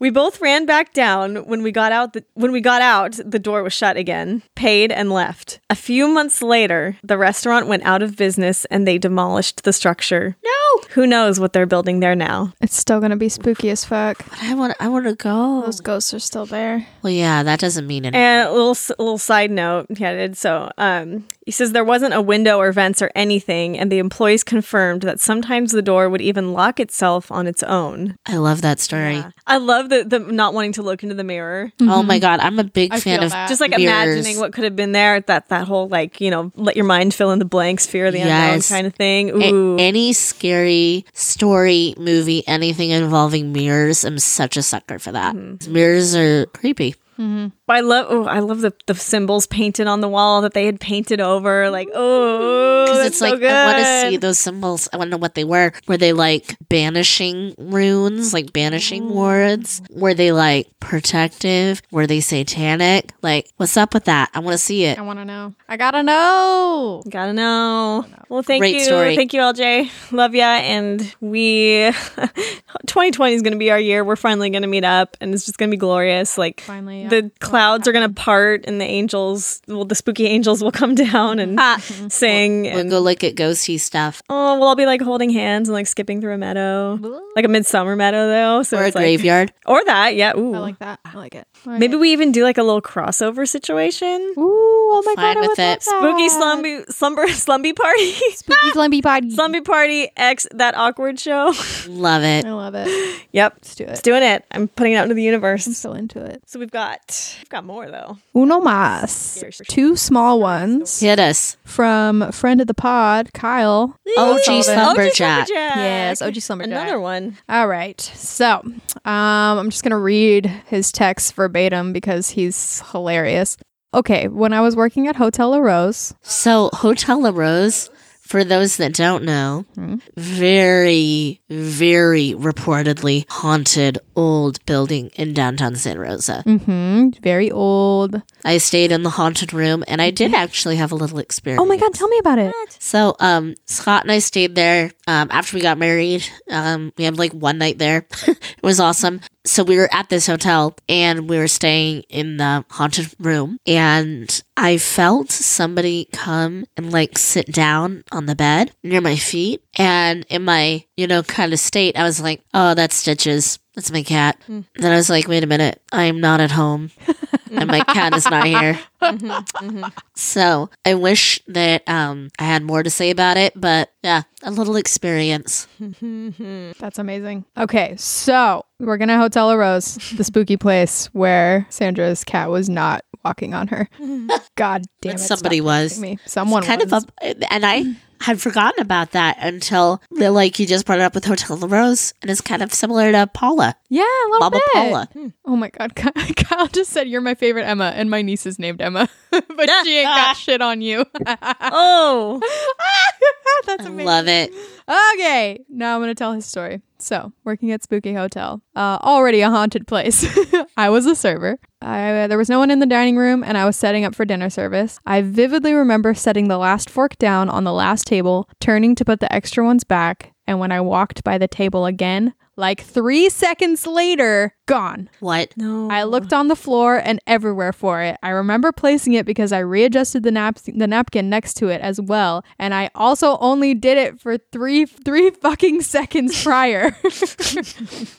We both ran back down. When we got out, the, when we got out, the door was shut again. Paid and left. A few months later, the restaurant went out of business and they demolished the structure. No. Who knows what they're building there now? It's still gonna be spooky as fuck. But I want I want to go. Those ghosts are still there. Well, yeah, that doesn't mean anything. And a little s- little side note he added. So um, he says there wasn't a window or vents or anything, and the employees confirmed that sometimes the door would even lock itself on its own. I love that story. I love the, the not wanting to look into the mirror. Oh my god, I'm a big I fan feel of that. Just like mirrors. imagining what could have been there. That that whole like you know let your mind fill in the blanks, fear of the unknown Yes. kind of thing. A- Ooh, any scary story, movie, anything involving mirrors, I'm such a sucker for that. Mirrors are creepy. I love. Oh, I love the the symbols painted on the wall that they had painted over. Like oh, Because that's it's so like, good. I want to see those symbols. I want to know what they were. Were they like banishing runes, like Mm. banishing words? Were they like protective? Were they satanic? Like, what's up with that? I want to see it. I want to know. I gotta know. Gotta know. Well, thank Great you. story. Thank you, LJ. Love ya. And we, 2020 is going to be our year. We're finally going to meet up and it's just going to be glorious. Like, Finally, yeah. the clouds are going to part and the angels, well, the spooky angels will come down and sing. We'll And, go look at ghosty stuff oh, we'll all be like holding hands and like skipping through a meadow, like a midsummer meadow, though. So or a it's like- graveyard. Or that. Yeah. Ooh. I like that. I like it. Maybe we even do like a little crossover situation. Ooh, oh my Fine god, I would with love it. that. Spooky slumby, slumber, slumby party. Spooky Ah! slumby potty. Zombie Party X That Awkward Show. Love it. I love it. yep. Let's do It's it. doing it. I'm putting it out into the I'm universe. so into it. So we've got we've got more though. Uno mas. Here's- Two small ones Hit us. from friend of the pod, Kyle. Oh, OG oh, Slumberjack. Slumberjack. Yes, OG Slumberjack. Another one. All right. So um, I'm just going to read his text verbatim because he's hilarious. Okay, when I was working at Hotel La Rose, So, Hotel La Rose, for those that don't know, Hmm? very, very reportedly haunted old building in downtown Santa Rosa. hmm very old. I stayed in the haunted room and I did actually have a little experience. Mm-hmm. Oh my god, tell me about it. So, um, Scott and I stayed there um, after we got married. Um, we had like one night there. it was awesome. So we were at this hotel and we were staying in the haunted room, and I felt somebody come and like sit down on the bed near my feet. And in my you know kind of state, I was like, "Oh, that's Stitches. That's my cat." Hmm. Then I was like, "Wait a minute, I'm not at home." and my cat is not here. So I wish that um, I had more to say about it, but yeah, a little experience. That's amazing. Okay, so we're gonna Hotel La Rose, the spooky place where Sandra's cat was not walking on her. God damn it! But stop somebody was asking me. Someone kind was. of up, and I had forgotten about that until like you just brought it up with Hotel La Rose, and it's kind of similar to Paula, yeah, a little Baba bit. Paula. Oh my god, Ky- Kyle just said you're my favorite Emma, and my niece is named Emma, but she ain't got shit on you. Oh, That's I amazing. love it. Okay, now I'm gonna tell his story. So, working at Spooky Hotel, uh, already a haunted place. I was a server. I, there was no one in the dining room, and I was setting up for dinner service. I vividly remember setting the last fork down on the last table, turning to put the extra ones back, and when I walked by the table again, like three seconds later, gone. What? no. I looked on the floor and everywhere for it. I remember placing it because I readjusted the nap- the napkin next to it as well, and I also only did it for three three fucking seconds prior.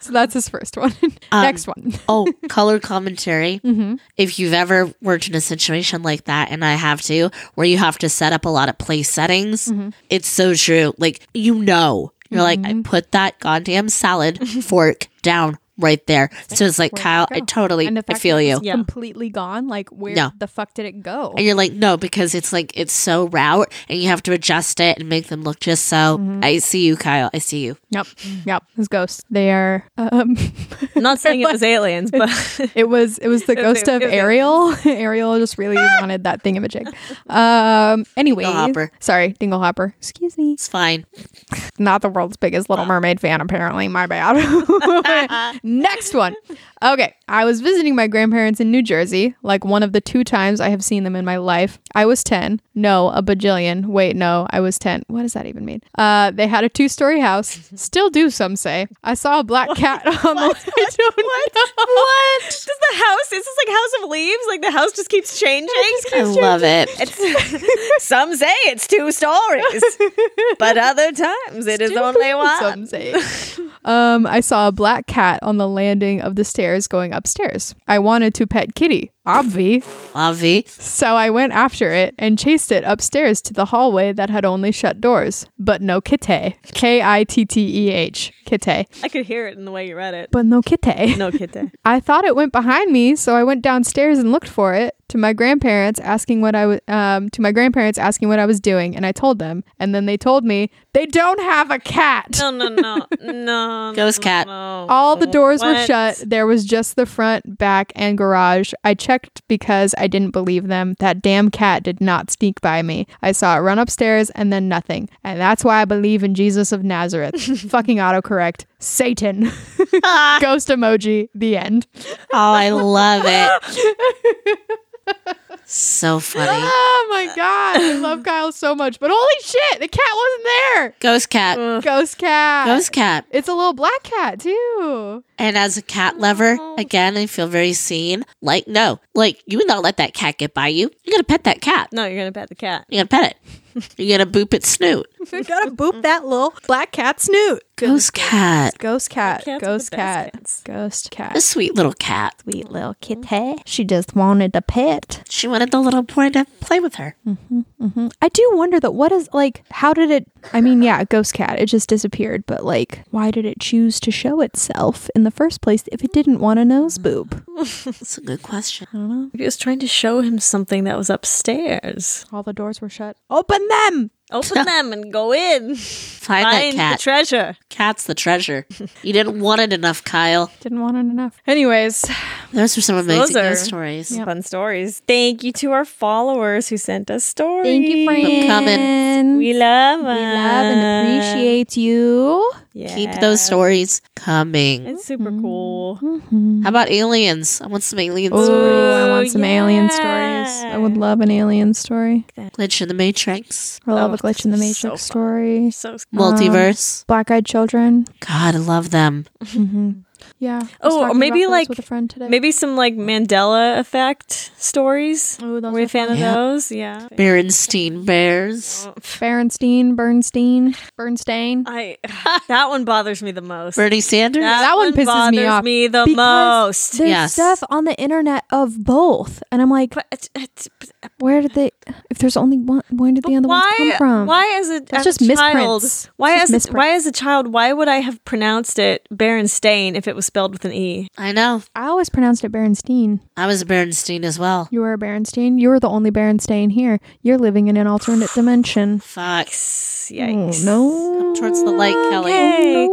so that's his first one. next one. Oh, color commentary. Mm-hmm. If you've ever worked in a situation like that, and I have to, where you have to set up a lot of place settings, Mm-hmm. it's so true. Like, you know, you're like, I put that goddamn salad fork down right there. So it's like, Kyle, I go? totally, And the I fact feel that you. it's Completely gone. Like where No. the fuck did it go? And you're like, no, because it's like, it's so route, and you have to adjust it and make them look just so. Mm-hmm. I see you, Kyle. I see you. Yep. Yep. His ghost. They are. Um, I'm not saying it was aliens, but It was it was the was- ghost of it was Ariel. Ariel just really wanted that thingamajig. Um anyways. Dinglehopper. Sorry, Dinglehopper. Excuse me. It's fine. Not the world's biggest little mermaid fan, apparently. My bad. Next one. Okay. I was visiting my grandparents in New Jersey, like one of the two times I have seen them in my life. I was ten. No, a bajillion. Wait, no, I was ten. What does that even mean? Uh they had a two story house. Still do, some say. I saw a black cat on the I don't know. what? Does the house? Is this like House of Leaves? Like the house just keeps changing. I love it. It's- some say it's two stories, but other times it is only one. Some say. um, I saw a black cat on the landing of the stairs going upstairs. I wanted to pet Kitty, obvi. Lavi. So I went after it and chased it upstairs to the hallway that had only shut doors, but no kitty. K I T T E H, kitty. I could hear it in the way you read it. But no kitty. No kidding. I thought it went behind me, so I went downstairs and looked for it. To my grandparents, asking what I was, um, to my grandparents asking what I was doing, and I told them, and then they told me they don't have a cat. No, no, no, no. Ghost no, cat. no. All the doors were What? shut. There was just the front, back, and garage. I checked because I didn't believe them. That damn cat did not sneak by me. I saw it run upstairs and then nothing. And that's why I believe in Jesus of Nazareth. Fucking autocorrect. Satan. Ghost emoji. The end. Oh, I love it. so funny. Oh my God. I love Kyle so much. But holy shit, the cat wasn't there. Ghost cat. Uh, Ghost cat. Ghost cat. it's a little black cat, too. And as a cat lover, Oh. again, I feel very seen. Like, no, like, you would not let that cat get by you. You're going to pet that cat. No, you're gonna pet the cat. You're going to pet it. You're going to boop its snoot. You gotta boop that little black cat snoot. Ghost cat. Ghost cat. Cats are the Ghost best cat. cats. Ghost A cat. sweet little cat. Sweet little kitty. She just wanted a pet. She wanted the little boy to play with her. I do wonder that what is like how did it I mean, yeah, ghost cat. It just disappeared, but like why did it choose to show itself in the first place if it didn't want a nose boob? That's a good question. Maybe it was trying to show him something that was upstairs. All the doors were shut. Open them. Open them and go in. Find, Find that cat. the treasure. Cat's the treasure. You didn't want it enough, Kyle. Didn't want it enough. Anyways, Those are some amazing Those are- ghost stories. Yep. Fun stories. Thank you to our followers who sent us stories. Thank you, friends. coming. We love We love and appreciate you. Keep those stories coming. It's super cool. Mm-hmm. How about aliens? I want some alien stories. Ooh, I want Mm-hmm. Ooh, some alien yeah. stories. I would love an alien story. Glitch in the Matrix, I love Oh, a glitch in the this is matrix so story. fun. So multiverse. Black eyed Um, children. God, I love them. Yeah. I was Mm-hmm. Oh, or talking maybe about those like- with a friend today. maybe some like Mandela effect stories. Ooh, those Were you are a fan of Yeah. those? Yeah. Berenstein Bears. Berenstein, Bernstein, Bernstein. I that one bothers me the most. Bernie Sanders. that one pisses me bothers off me the Because most. There's Yes. stuff on the internet of both, and I'm like, But, it's- it's- but where did they? If there's only one, where did the other ones why? come from? Why as a, as just a child? misprints. Why It's just as a, why as a child? Why would I have pronounced it Berenstain if it was spelled with an e? I know. I always pronounced it Berenstein. I was a Berenstein as well. You were a Berenstein. You were the only Berenstein here. You're living in an alternate dimension. Fox. Oh, Yikes! no. Towards the light, Kelly. Yay.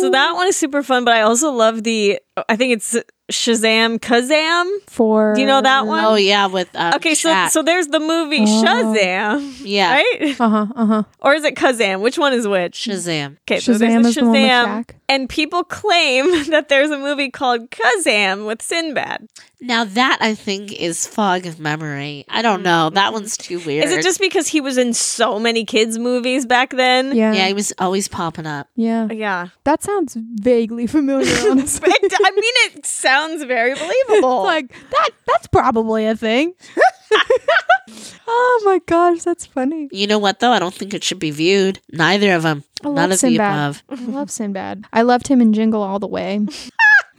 So that one is super fun, but I also love the. I think it's Shazam Kazam. For Do you know Mm. that one? Oh yeah, with uh, Okay, so Shaq. so there's the movie Oh. Shazam, yeah, right? Uh huh. Uh huh. Or is it Kazam? Which one is which? Shazam. Okay, so there's Shazam a is the one with Shazam, Shaq? and people claim that there's a movie called Kazam with Sinbad. Now that I think is fog of memory. I don't know. That one's too weird. Is it just because he was in so many kids' movies back then? Yeah. Yeah, Yeah. he was always popping up. yeah. That sounds vaguely familiar. Honestly. It, I mean, it sounds very believable. like that. That's probably a thing. oh my gosh, that's funny. You know what though? I don't think it should be viewed. Neither of them. I Oh, love None of Sinbad. the above. I love Sinbad. I loved him in Jingle All the Way.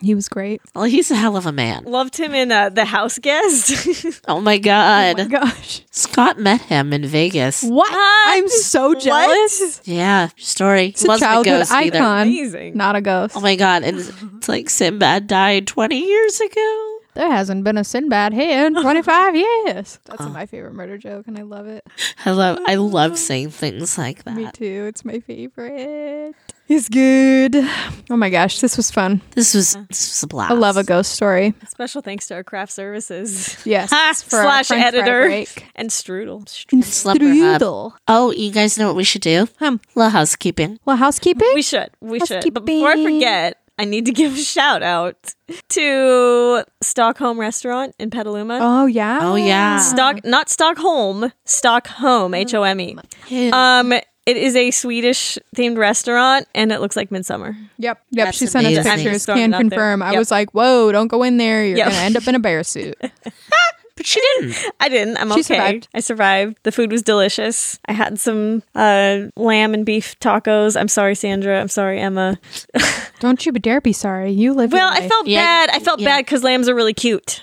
he was great. Well, he's a hell of a man. Loved him in uh, The House Guest. Oh my god. Oh my gosh. Scott met him in Vegas. What? I'm so what? jealous. Yeah, story. It's a childhood icon. Amazing. Not a ghost. Oh my god, and it's like Sinbad died 20 years ago. There hasn't been a Sinbad here in 25 years. That's Uh. my favorite murder joke, and I love it. I love I love saying things like Me that. too. It's my favorite. It's good. Oh my gosh, this was fun. This was this was a blast. I love a ghost story. Special thanks to our craft services Yes. for our slash French fry editor break. and strudel. Slumber Hub. Strudel. Oh, you guys know what we should do? Hmm. Little housekeeping. Well, housekeeping. We should. We Let's should. keep But before I being- forget, I need to give a shout out to Stockholm Restaurant in Petaluma. oh yeah. Oh yeah. Stock, not Stockholm, Mm. Stockholm, H O M E. Yeah. Um, it is a Swedish themed restaurant, and it looks like Midsummer. Yep. Yep. That's she sent amazing. us Just pictures. throwing Can it out there. confirm. I Yep. was like, whoa, don't go in there. You're Yep. gonna end up in a bear suit. but she didn't. I didn't. I'm She okay. survived. I survived. The food was delicious. I had some uh, lamb and beef tacos. I'm sorry, Sandra. I'm sorry, Emma. Don't you dare be sorry. You live. Well, your I life. felt Yeah, bad. I felt yeah. bad because lambs are really cute.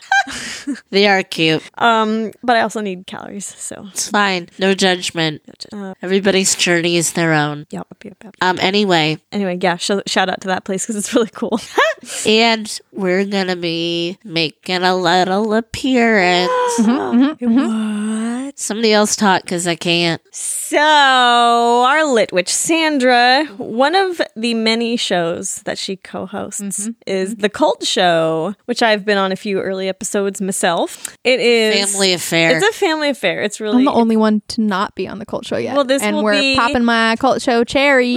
They are cute. Um, but I also need calories. So, It's fine. No judgment. uh, Everybody's journey is their own. yep, yep, yep. Um anyway, Anyway, yeah, sh- shout out to that place because it's really cool. and we're gonna be making a little appearance. Mm-hmm, What? Somebody else talk because I can't. So, our Lit Witch Sandra, one of the many shows that she co hosts Mm-hmm. is The Cult Show, which I've been on a few early episodes myself. It is Family affair. It's a family affair. It's really I'm the only one to not be on the cult show yet. Well, this and will we're be- popping my cult show cherry.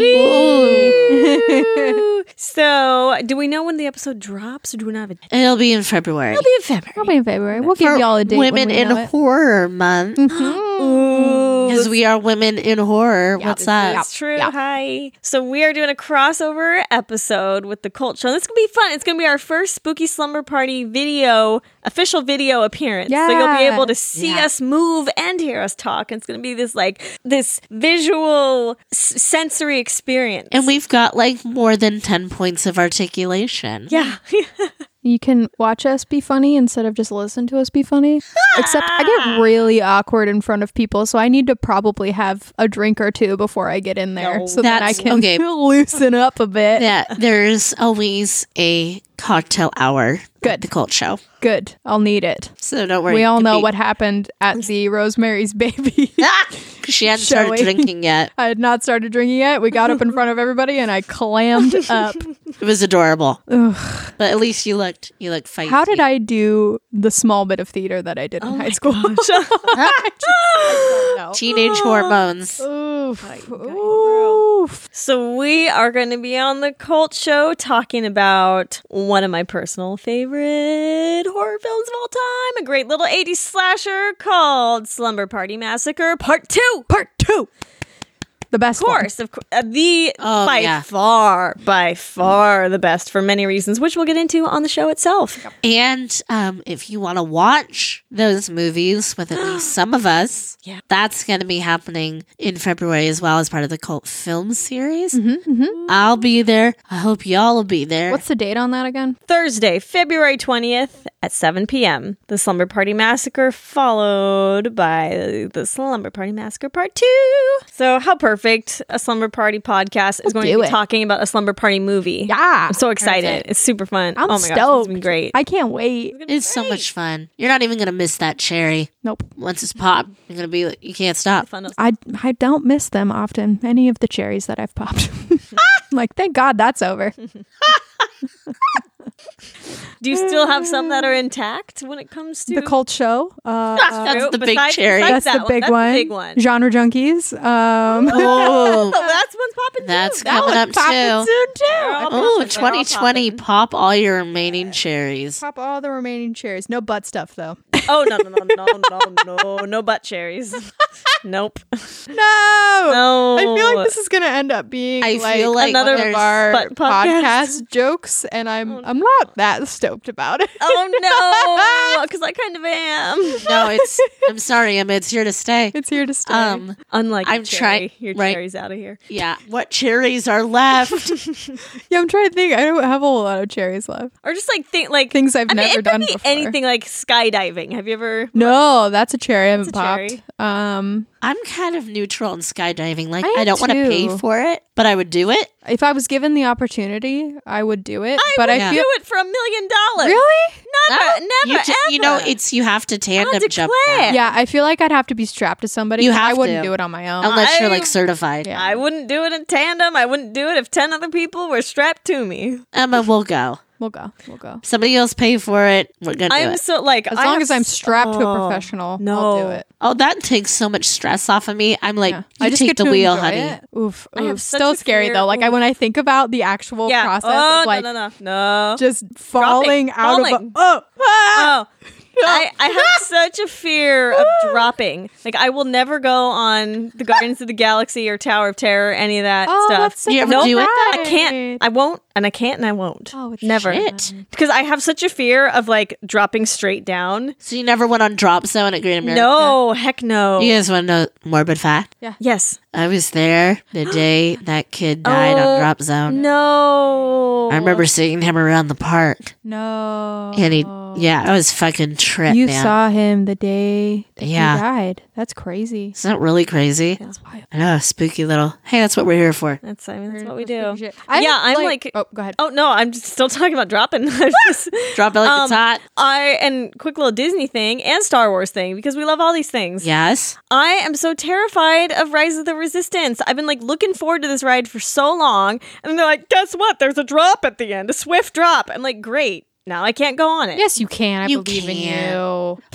Ooh. so, do we know when the episode drops or do we not have a date? It'll be in February. It'll be in February. Probably in February. We'll give For y'all a date. when Women we in know it. Mm-hmm. Horror Month. Mm-hmm. Because we are women in horror. What's up? That's true. Hi. So we are doing a crossover episode with the cult show. This is gonna be fun. It's gonna be our first spooky slumber party video, official video appearance. So you'll be able to see Yeah. us move and hear us talk. It's gonna be this like this visual s- sensory experience. And we've got like more than 10 points of articulation. yeah. You can watch us be funny instead of just listen to us be funny. Except I Ah! get really awkward in front of people, so I need to probably have a drink or two before I get in there, No. so that I That's- can okay. loosen up a bit. That there's always a cocktail hour. Good. at The cult show. Good, I'll need it. So don't worry. we it all could know be- what happened at the Rosemary's Baby 'Cause she hadn't Shall started we? drinking yet. I had not started drinking yet. We got up in front of everybody and I clammed up. It was adorable. Ugh. But at least you looked you looked feisty. How did I do the small bit of theater that I Oh did in high school? no. Teenage hormones. Oof. you got your bro. Oof. So we are going to be on the cult show talking about one of my personal favorite horror films of all time, a great little 80s slasher called Slumber Party Massacre Part 2. Part two. The best Of course, of course, the Oh, by yeah. far, by far the best for many reasons, which we'll get into on the show itself. And um, if you want to watch those movies with at least some of us, Yeah. that's going to be happening in February as well as part of the cult film series. One. hmm hmm I'll be there. I hope y'all will be there. What's the date on that again? Thursday, February 20th at 7 p.m. The Slumber Party Massacre, followed by the Slumber Party Massacre Part 2. So, how perfect a Slumber Party podcast is going do to be it. talking about a Slumber Party movie. Yeah. I'm so excited. Perfect. It's super fun. I'm oh my gosh, it's stoked. been great. I can't wait. it's so much fun. You're not even going to miss that cherry. Nope. Once it's popped, you're going to be like, you can't stop. Fun. I I don't miss them often. Any of the cherries that I've popped. I'm like, thank God that's over. Do you still have some that are intact when it comes to The cult show. Uh, That's the big cherry. that's that the big that's one. The big one. Genre junkies. Um, Oh, Oh, that's one's popping. that's too. That one's coming up popping too. They're all Oh, popping. They're all 2020, pop all your remaining cherries. pop all the remaining cherries. No butt stuff though. popping. Oh no no no no no no no butt cherries. nope. No. No. I feel like this is gonna end up being I like, feel like another there's- of our Butt podcast. podcast. jokes, and I'm I'm not that stoked about it. Oh no, because I kind of am. No, it's, I'm sorry, Emma. It's here to stay. It's here to stay. Um, Unlike I'm I'm trying- cherry, your right. cherry's out of here. yeah. What cherries are left? yeah, I'm trying to think. I don't have a whole lot of cherries left. Or just like think like Things I've I mean, never it could done be before. anything like skydiving. Have you ever? No, that's a cherry. I haven't That's a popped. cherry. Um, I'm kind of neutral on skydiving. Like, I I, am don't want to pay too. for it, but I would do it. if I was given the opportunity, I would do it. but would I Do feel it for a million dollars. really. Never, No, never, you, ju- ever. you know, it's you have to tandem jump. declare. now, Yeah, I feel like I'd have to be strapped to somebody. You 'cause I have wouldn't to. do it on my own. unless you're I- like certified. Yeah. I wouldn't do it in tandem. I wouldn't do it if ten other people were strapped to me. Emma, we'll go. we'll go. We'll go. Somebody else pay for it. We're gonna do I'm it. so like As I long have as I'm s- strapped to a oh, professional, no. I'll do it. Oh, that takes so much stress off of me. I'm like, Yeah. you take the to wheel, enjoy honey. it. Oof, have oof. such Still a scary fear- though. Like I, when I think about the actual Yeah. process oh of like no no no no. just falling out of a, falling. oh, ah! Oh, I, I have such a fear of dropping. Like I will never go on the Guardians of the Galaxy or Tower of Terror, any of that Oh, stuff. that's such You a ever do it? ride. I can't. I won't, and I can't, and I won't. Oh, it's never. Shit. Because I have such a fear of like dropping straight down. So you never went on drop zone at Great America? No, heck no. You guys want to know a morbid fact? Yes. I was there the day that kid died Oh, on drop zone. No. I remember seeing him around the park, No. and he, yeah, I was fucking tripped. Oh. You man. saw him the day that Yeah. he died. That's crazy. Isn't that really crazy? That's wild. I know, spooky little. Hey, that's what we're here for. That's I mean, that's what we do. I'm Yeah, I'm like- oh, go ahead. Oh no, I'm just still talking about dropping. I'm just- Drop it like Um, it's hot. I and quick little Disney thing and Star Wars thing because we love all these things. Yes. I am so terrified of Rise of the Resistance. I've been like looking forward to this ride for so long, and they're like, "Guess what? There's a drop at the end, a swift drop." I'm like, "Great! Now I can't go on it." Yes, you can. I You believe in can. you.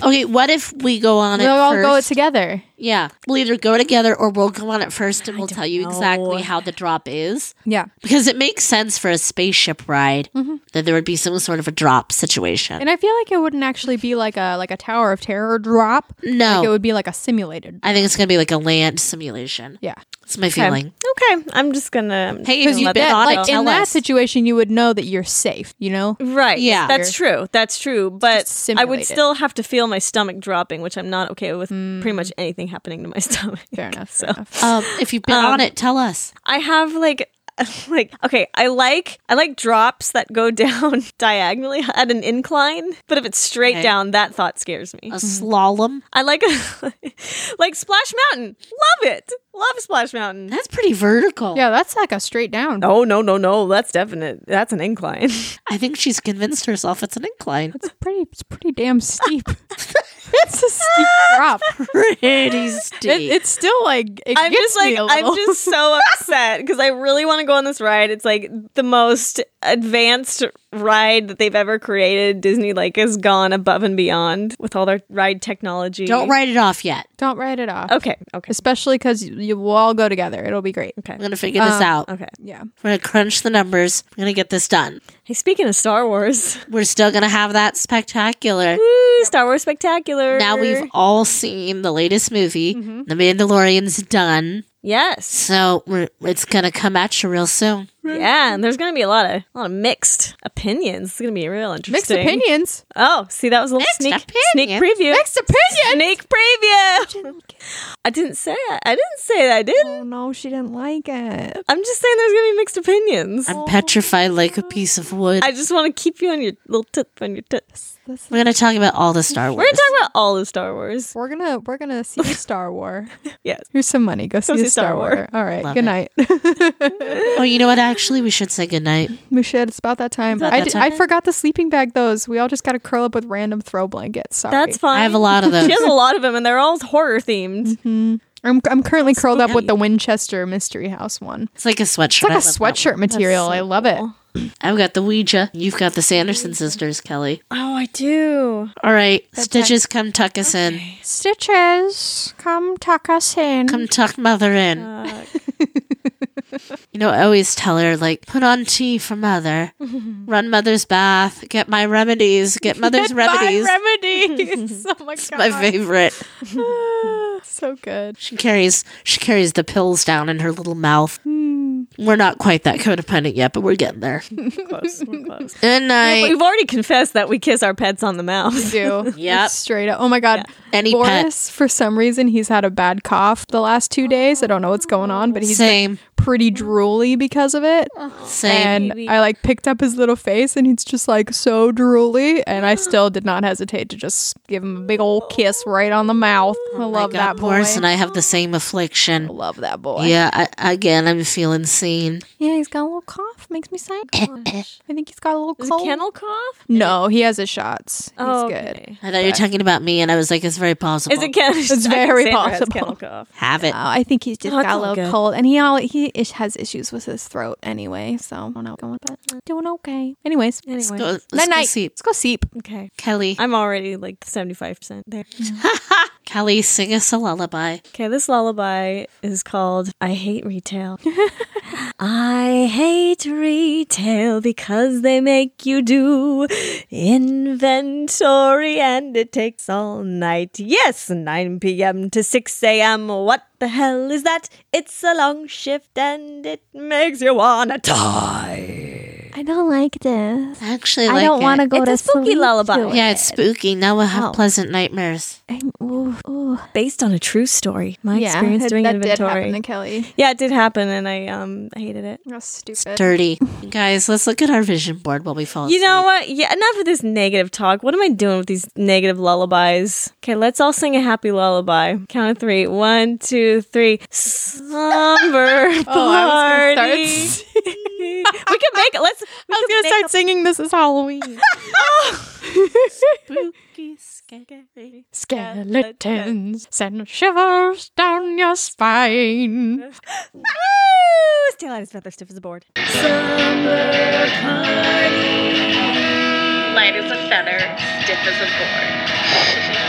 Okay, what if we go on We'll it all first? go together. yeah. We'll either go together or we'll go on it first and we'll tell you exactly know. how the drop is. Yeah. Because it makes sense for a spaceship ride that there would be some sort of a drop situation. Mm-hmm. And I feel like it wouldn't actually be like a like a Tower of Terror drop. no. Like it would be like a simulated. I think it's going to be like a land simulation. Yeah. It's my Okay. feeling. Okay, I'm just gonna. I'm Hey, just if gonna you've let been that on it, go. like in tell that us. Mm-hmm. situation, you would know that you're safe. You know. Right. Yeah. That's true. That's true. But Just I simulate would it. Hmm. still have to feel my stomach dropping, which I'm not okay with pretty much anything happening to my stomach. Fair enough. So Fair enough. Um, if you've been on it, tell us. I have like like okay, I like I like drops that go down diagonally at an incline, but if it's straight Okay. down, that thought scares me. A Oh. mm-hmm. slalom. I like like Splash Mountain. Love it. Love Splash Mountain. That's pretty vertical. Yeah, that's like a straight down. No, no, no, no. That's definite. That's an incline. I think she's convinced herself it's an incline. It's pretty. It's pretty damn steep. it's a steep drop. Pretty steep. It, it's still like it I'm gets just like me a I'm little. just so upset because I really want to go on this ride. It's like the most advanced ride that they've ever created. Disney like has gone above and beyond with all their ride technology. Don't write it off yet. Don't write it off, Okay. Okay. especially because you will all go together. It'll be great. I'm gonna figure this Um, out. Okay. Yeah. We're gonna crunch the numbers. We're gonna get this done. Hey, speaking of Star Wars, We're still gonna have that spectacular. woo, Star Wars Spectacular. Now we've all seen the latest movie. The Mandalorian's done, yes, so we're, it's gonna come at you real soon. yeah, and there's gonna be a lot of a lot of mixed opinions. It's gonna be real interesting. Mixed opinions. Oh, see, that was a little Mixed sneak sneak opinions. preview. Mixed opinions. sneak preview. I didn't say I, I didn't say that. I didn't. Oh no, she didn't like it. I'm just saying there's gonna be mixed opinions. I'm petrified like a piece of wood. I just want to keep you on your little tip on your tips. we're gonna talk about all the Star Wars. We're gonna talk about all the Star Wars. We're gonna we're gonna see Star War. Yes. Here's some money. Go see, see a Star, Star War. War. All right. Love good it. night. oh, you know what? Actually, we should say goodnight. we should. It's about that time. about I that d- time. I forgot the sleeping bag. Those we all just got to curl up with random throw blankets. Sorry. That's fine. I have a lot of Mm-hmm. those. She has a lot of them, and they're all horror themed. I'm I'm currently curled up with the Winchester Mystery House one. It's like a sweatshirt. It's like I a love that one. sweatshirt material. so I love it. cool. I've got the Ouija. You've got the Sanderson sisters, Kelly. Oh, I do. All right, stitches, come tuck us in. Stitches, come tuck us in. Come tuck mother in. Uh, You know, I always tell her, like, put on tea for mother, run mother's bath, get my remedies, get mother's remedies. remedies. oh my god, my favorite. so good. She carries she carries the pills down in her little mouth. We're not quite that codependent yet, but we're getting there. close, we're close. Good night. We've already confessed that we kiss our pets on the mouth. Do Yep. straight up. Oh my god, Any pet. Boris, for some reason, he's had a bad cough the last two days. I don't know what's going on, but he's Same. been pretty drooly because of it. Same. and I like picked up his little face, and he's just like so drooly. And I still did not hesitate to just give him a big old kiss right on the mouth. I love that boy. Boris and I I have the same affliction. love that boy. Yeah, I, again, I'm feeling seen. Yeah, he's got a little cough. Makes me sad. I think he's got a little Is it cold. kennel cough? No, he has his shots. He's Oh, good. okay. I thought you were talking about me, and I was like, it's very possible. Is it kennel? It's very possible. Kennel cough. have it. Oh, I think he's just Oh, it's got a all little good. cold, and he all he ish has issues with his throat anyway. So I don't know, going but doing okay. Anyways, Anyway, Go, let's night go night. see. Let's go sleep. okay. Kelly. I'm already like 75% there. Kelly, sing us a lullaby. Okay, this lullaby is called I Hate Retail. I hate retail because they make you do inventory and it takes all night. Yes, 9 p.m. to 6 a.m. What the hell is that? It's a long shift and it makes you wanna die. I don't like this. I actually I like don't it. want to go It's to a spooky sleep lullaby. to it. Yeah, it's spooky. Now we'll have Oh. pleasant nightmares. I'm- ooh, ooh. Based on a true story, my experience that, doing that did inventory. happen to Kelly. yeah, it did happen, and I um hated it. That's stupid. Dirty. Guys, let's look at our vision board while we fall asleep. You know what? Yeah, enough of this negative talk. What am I doing with these negative lullabies? Okay, let's all sing a happy lullaby. Count of three. One, two, three. Slumber party. Oh, I was gonna start we can make it. Let's. We I was can gonna start singing. This is Halloween. Spooky, Skeletons send shivers down your spine. Woo! Stay light as feather, stiff as a board. Light as a feather, stiff as a board.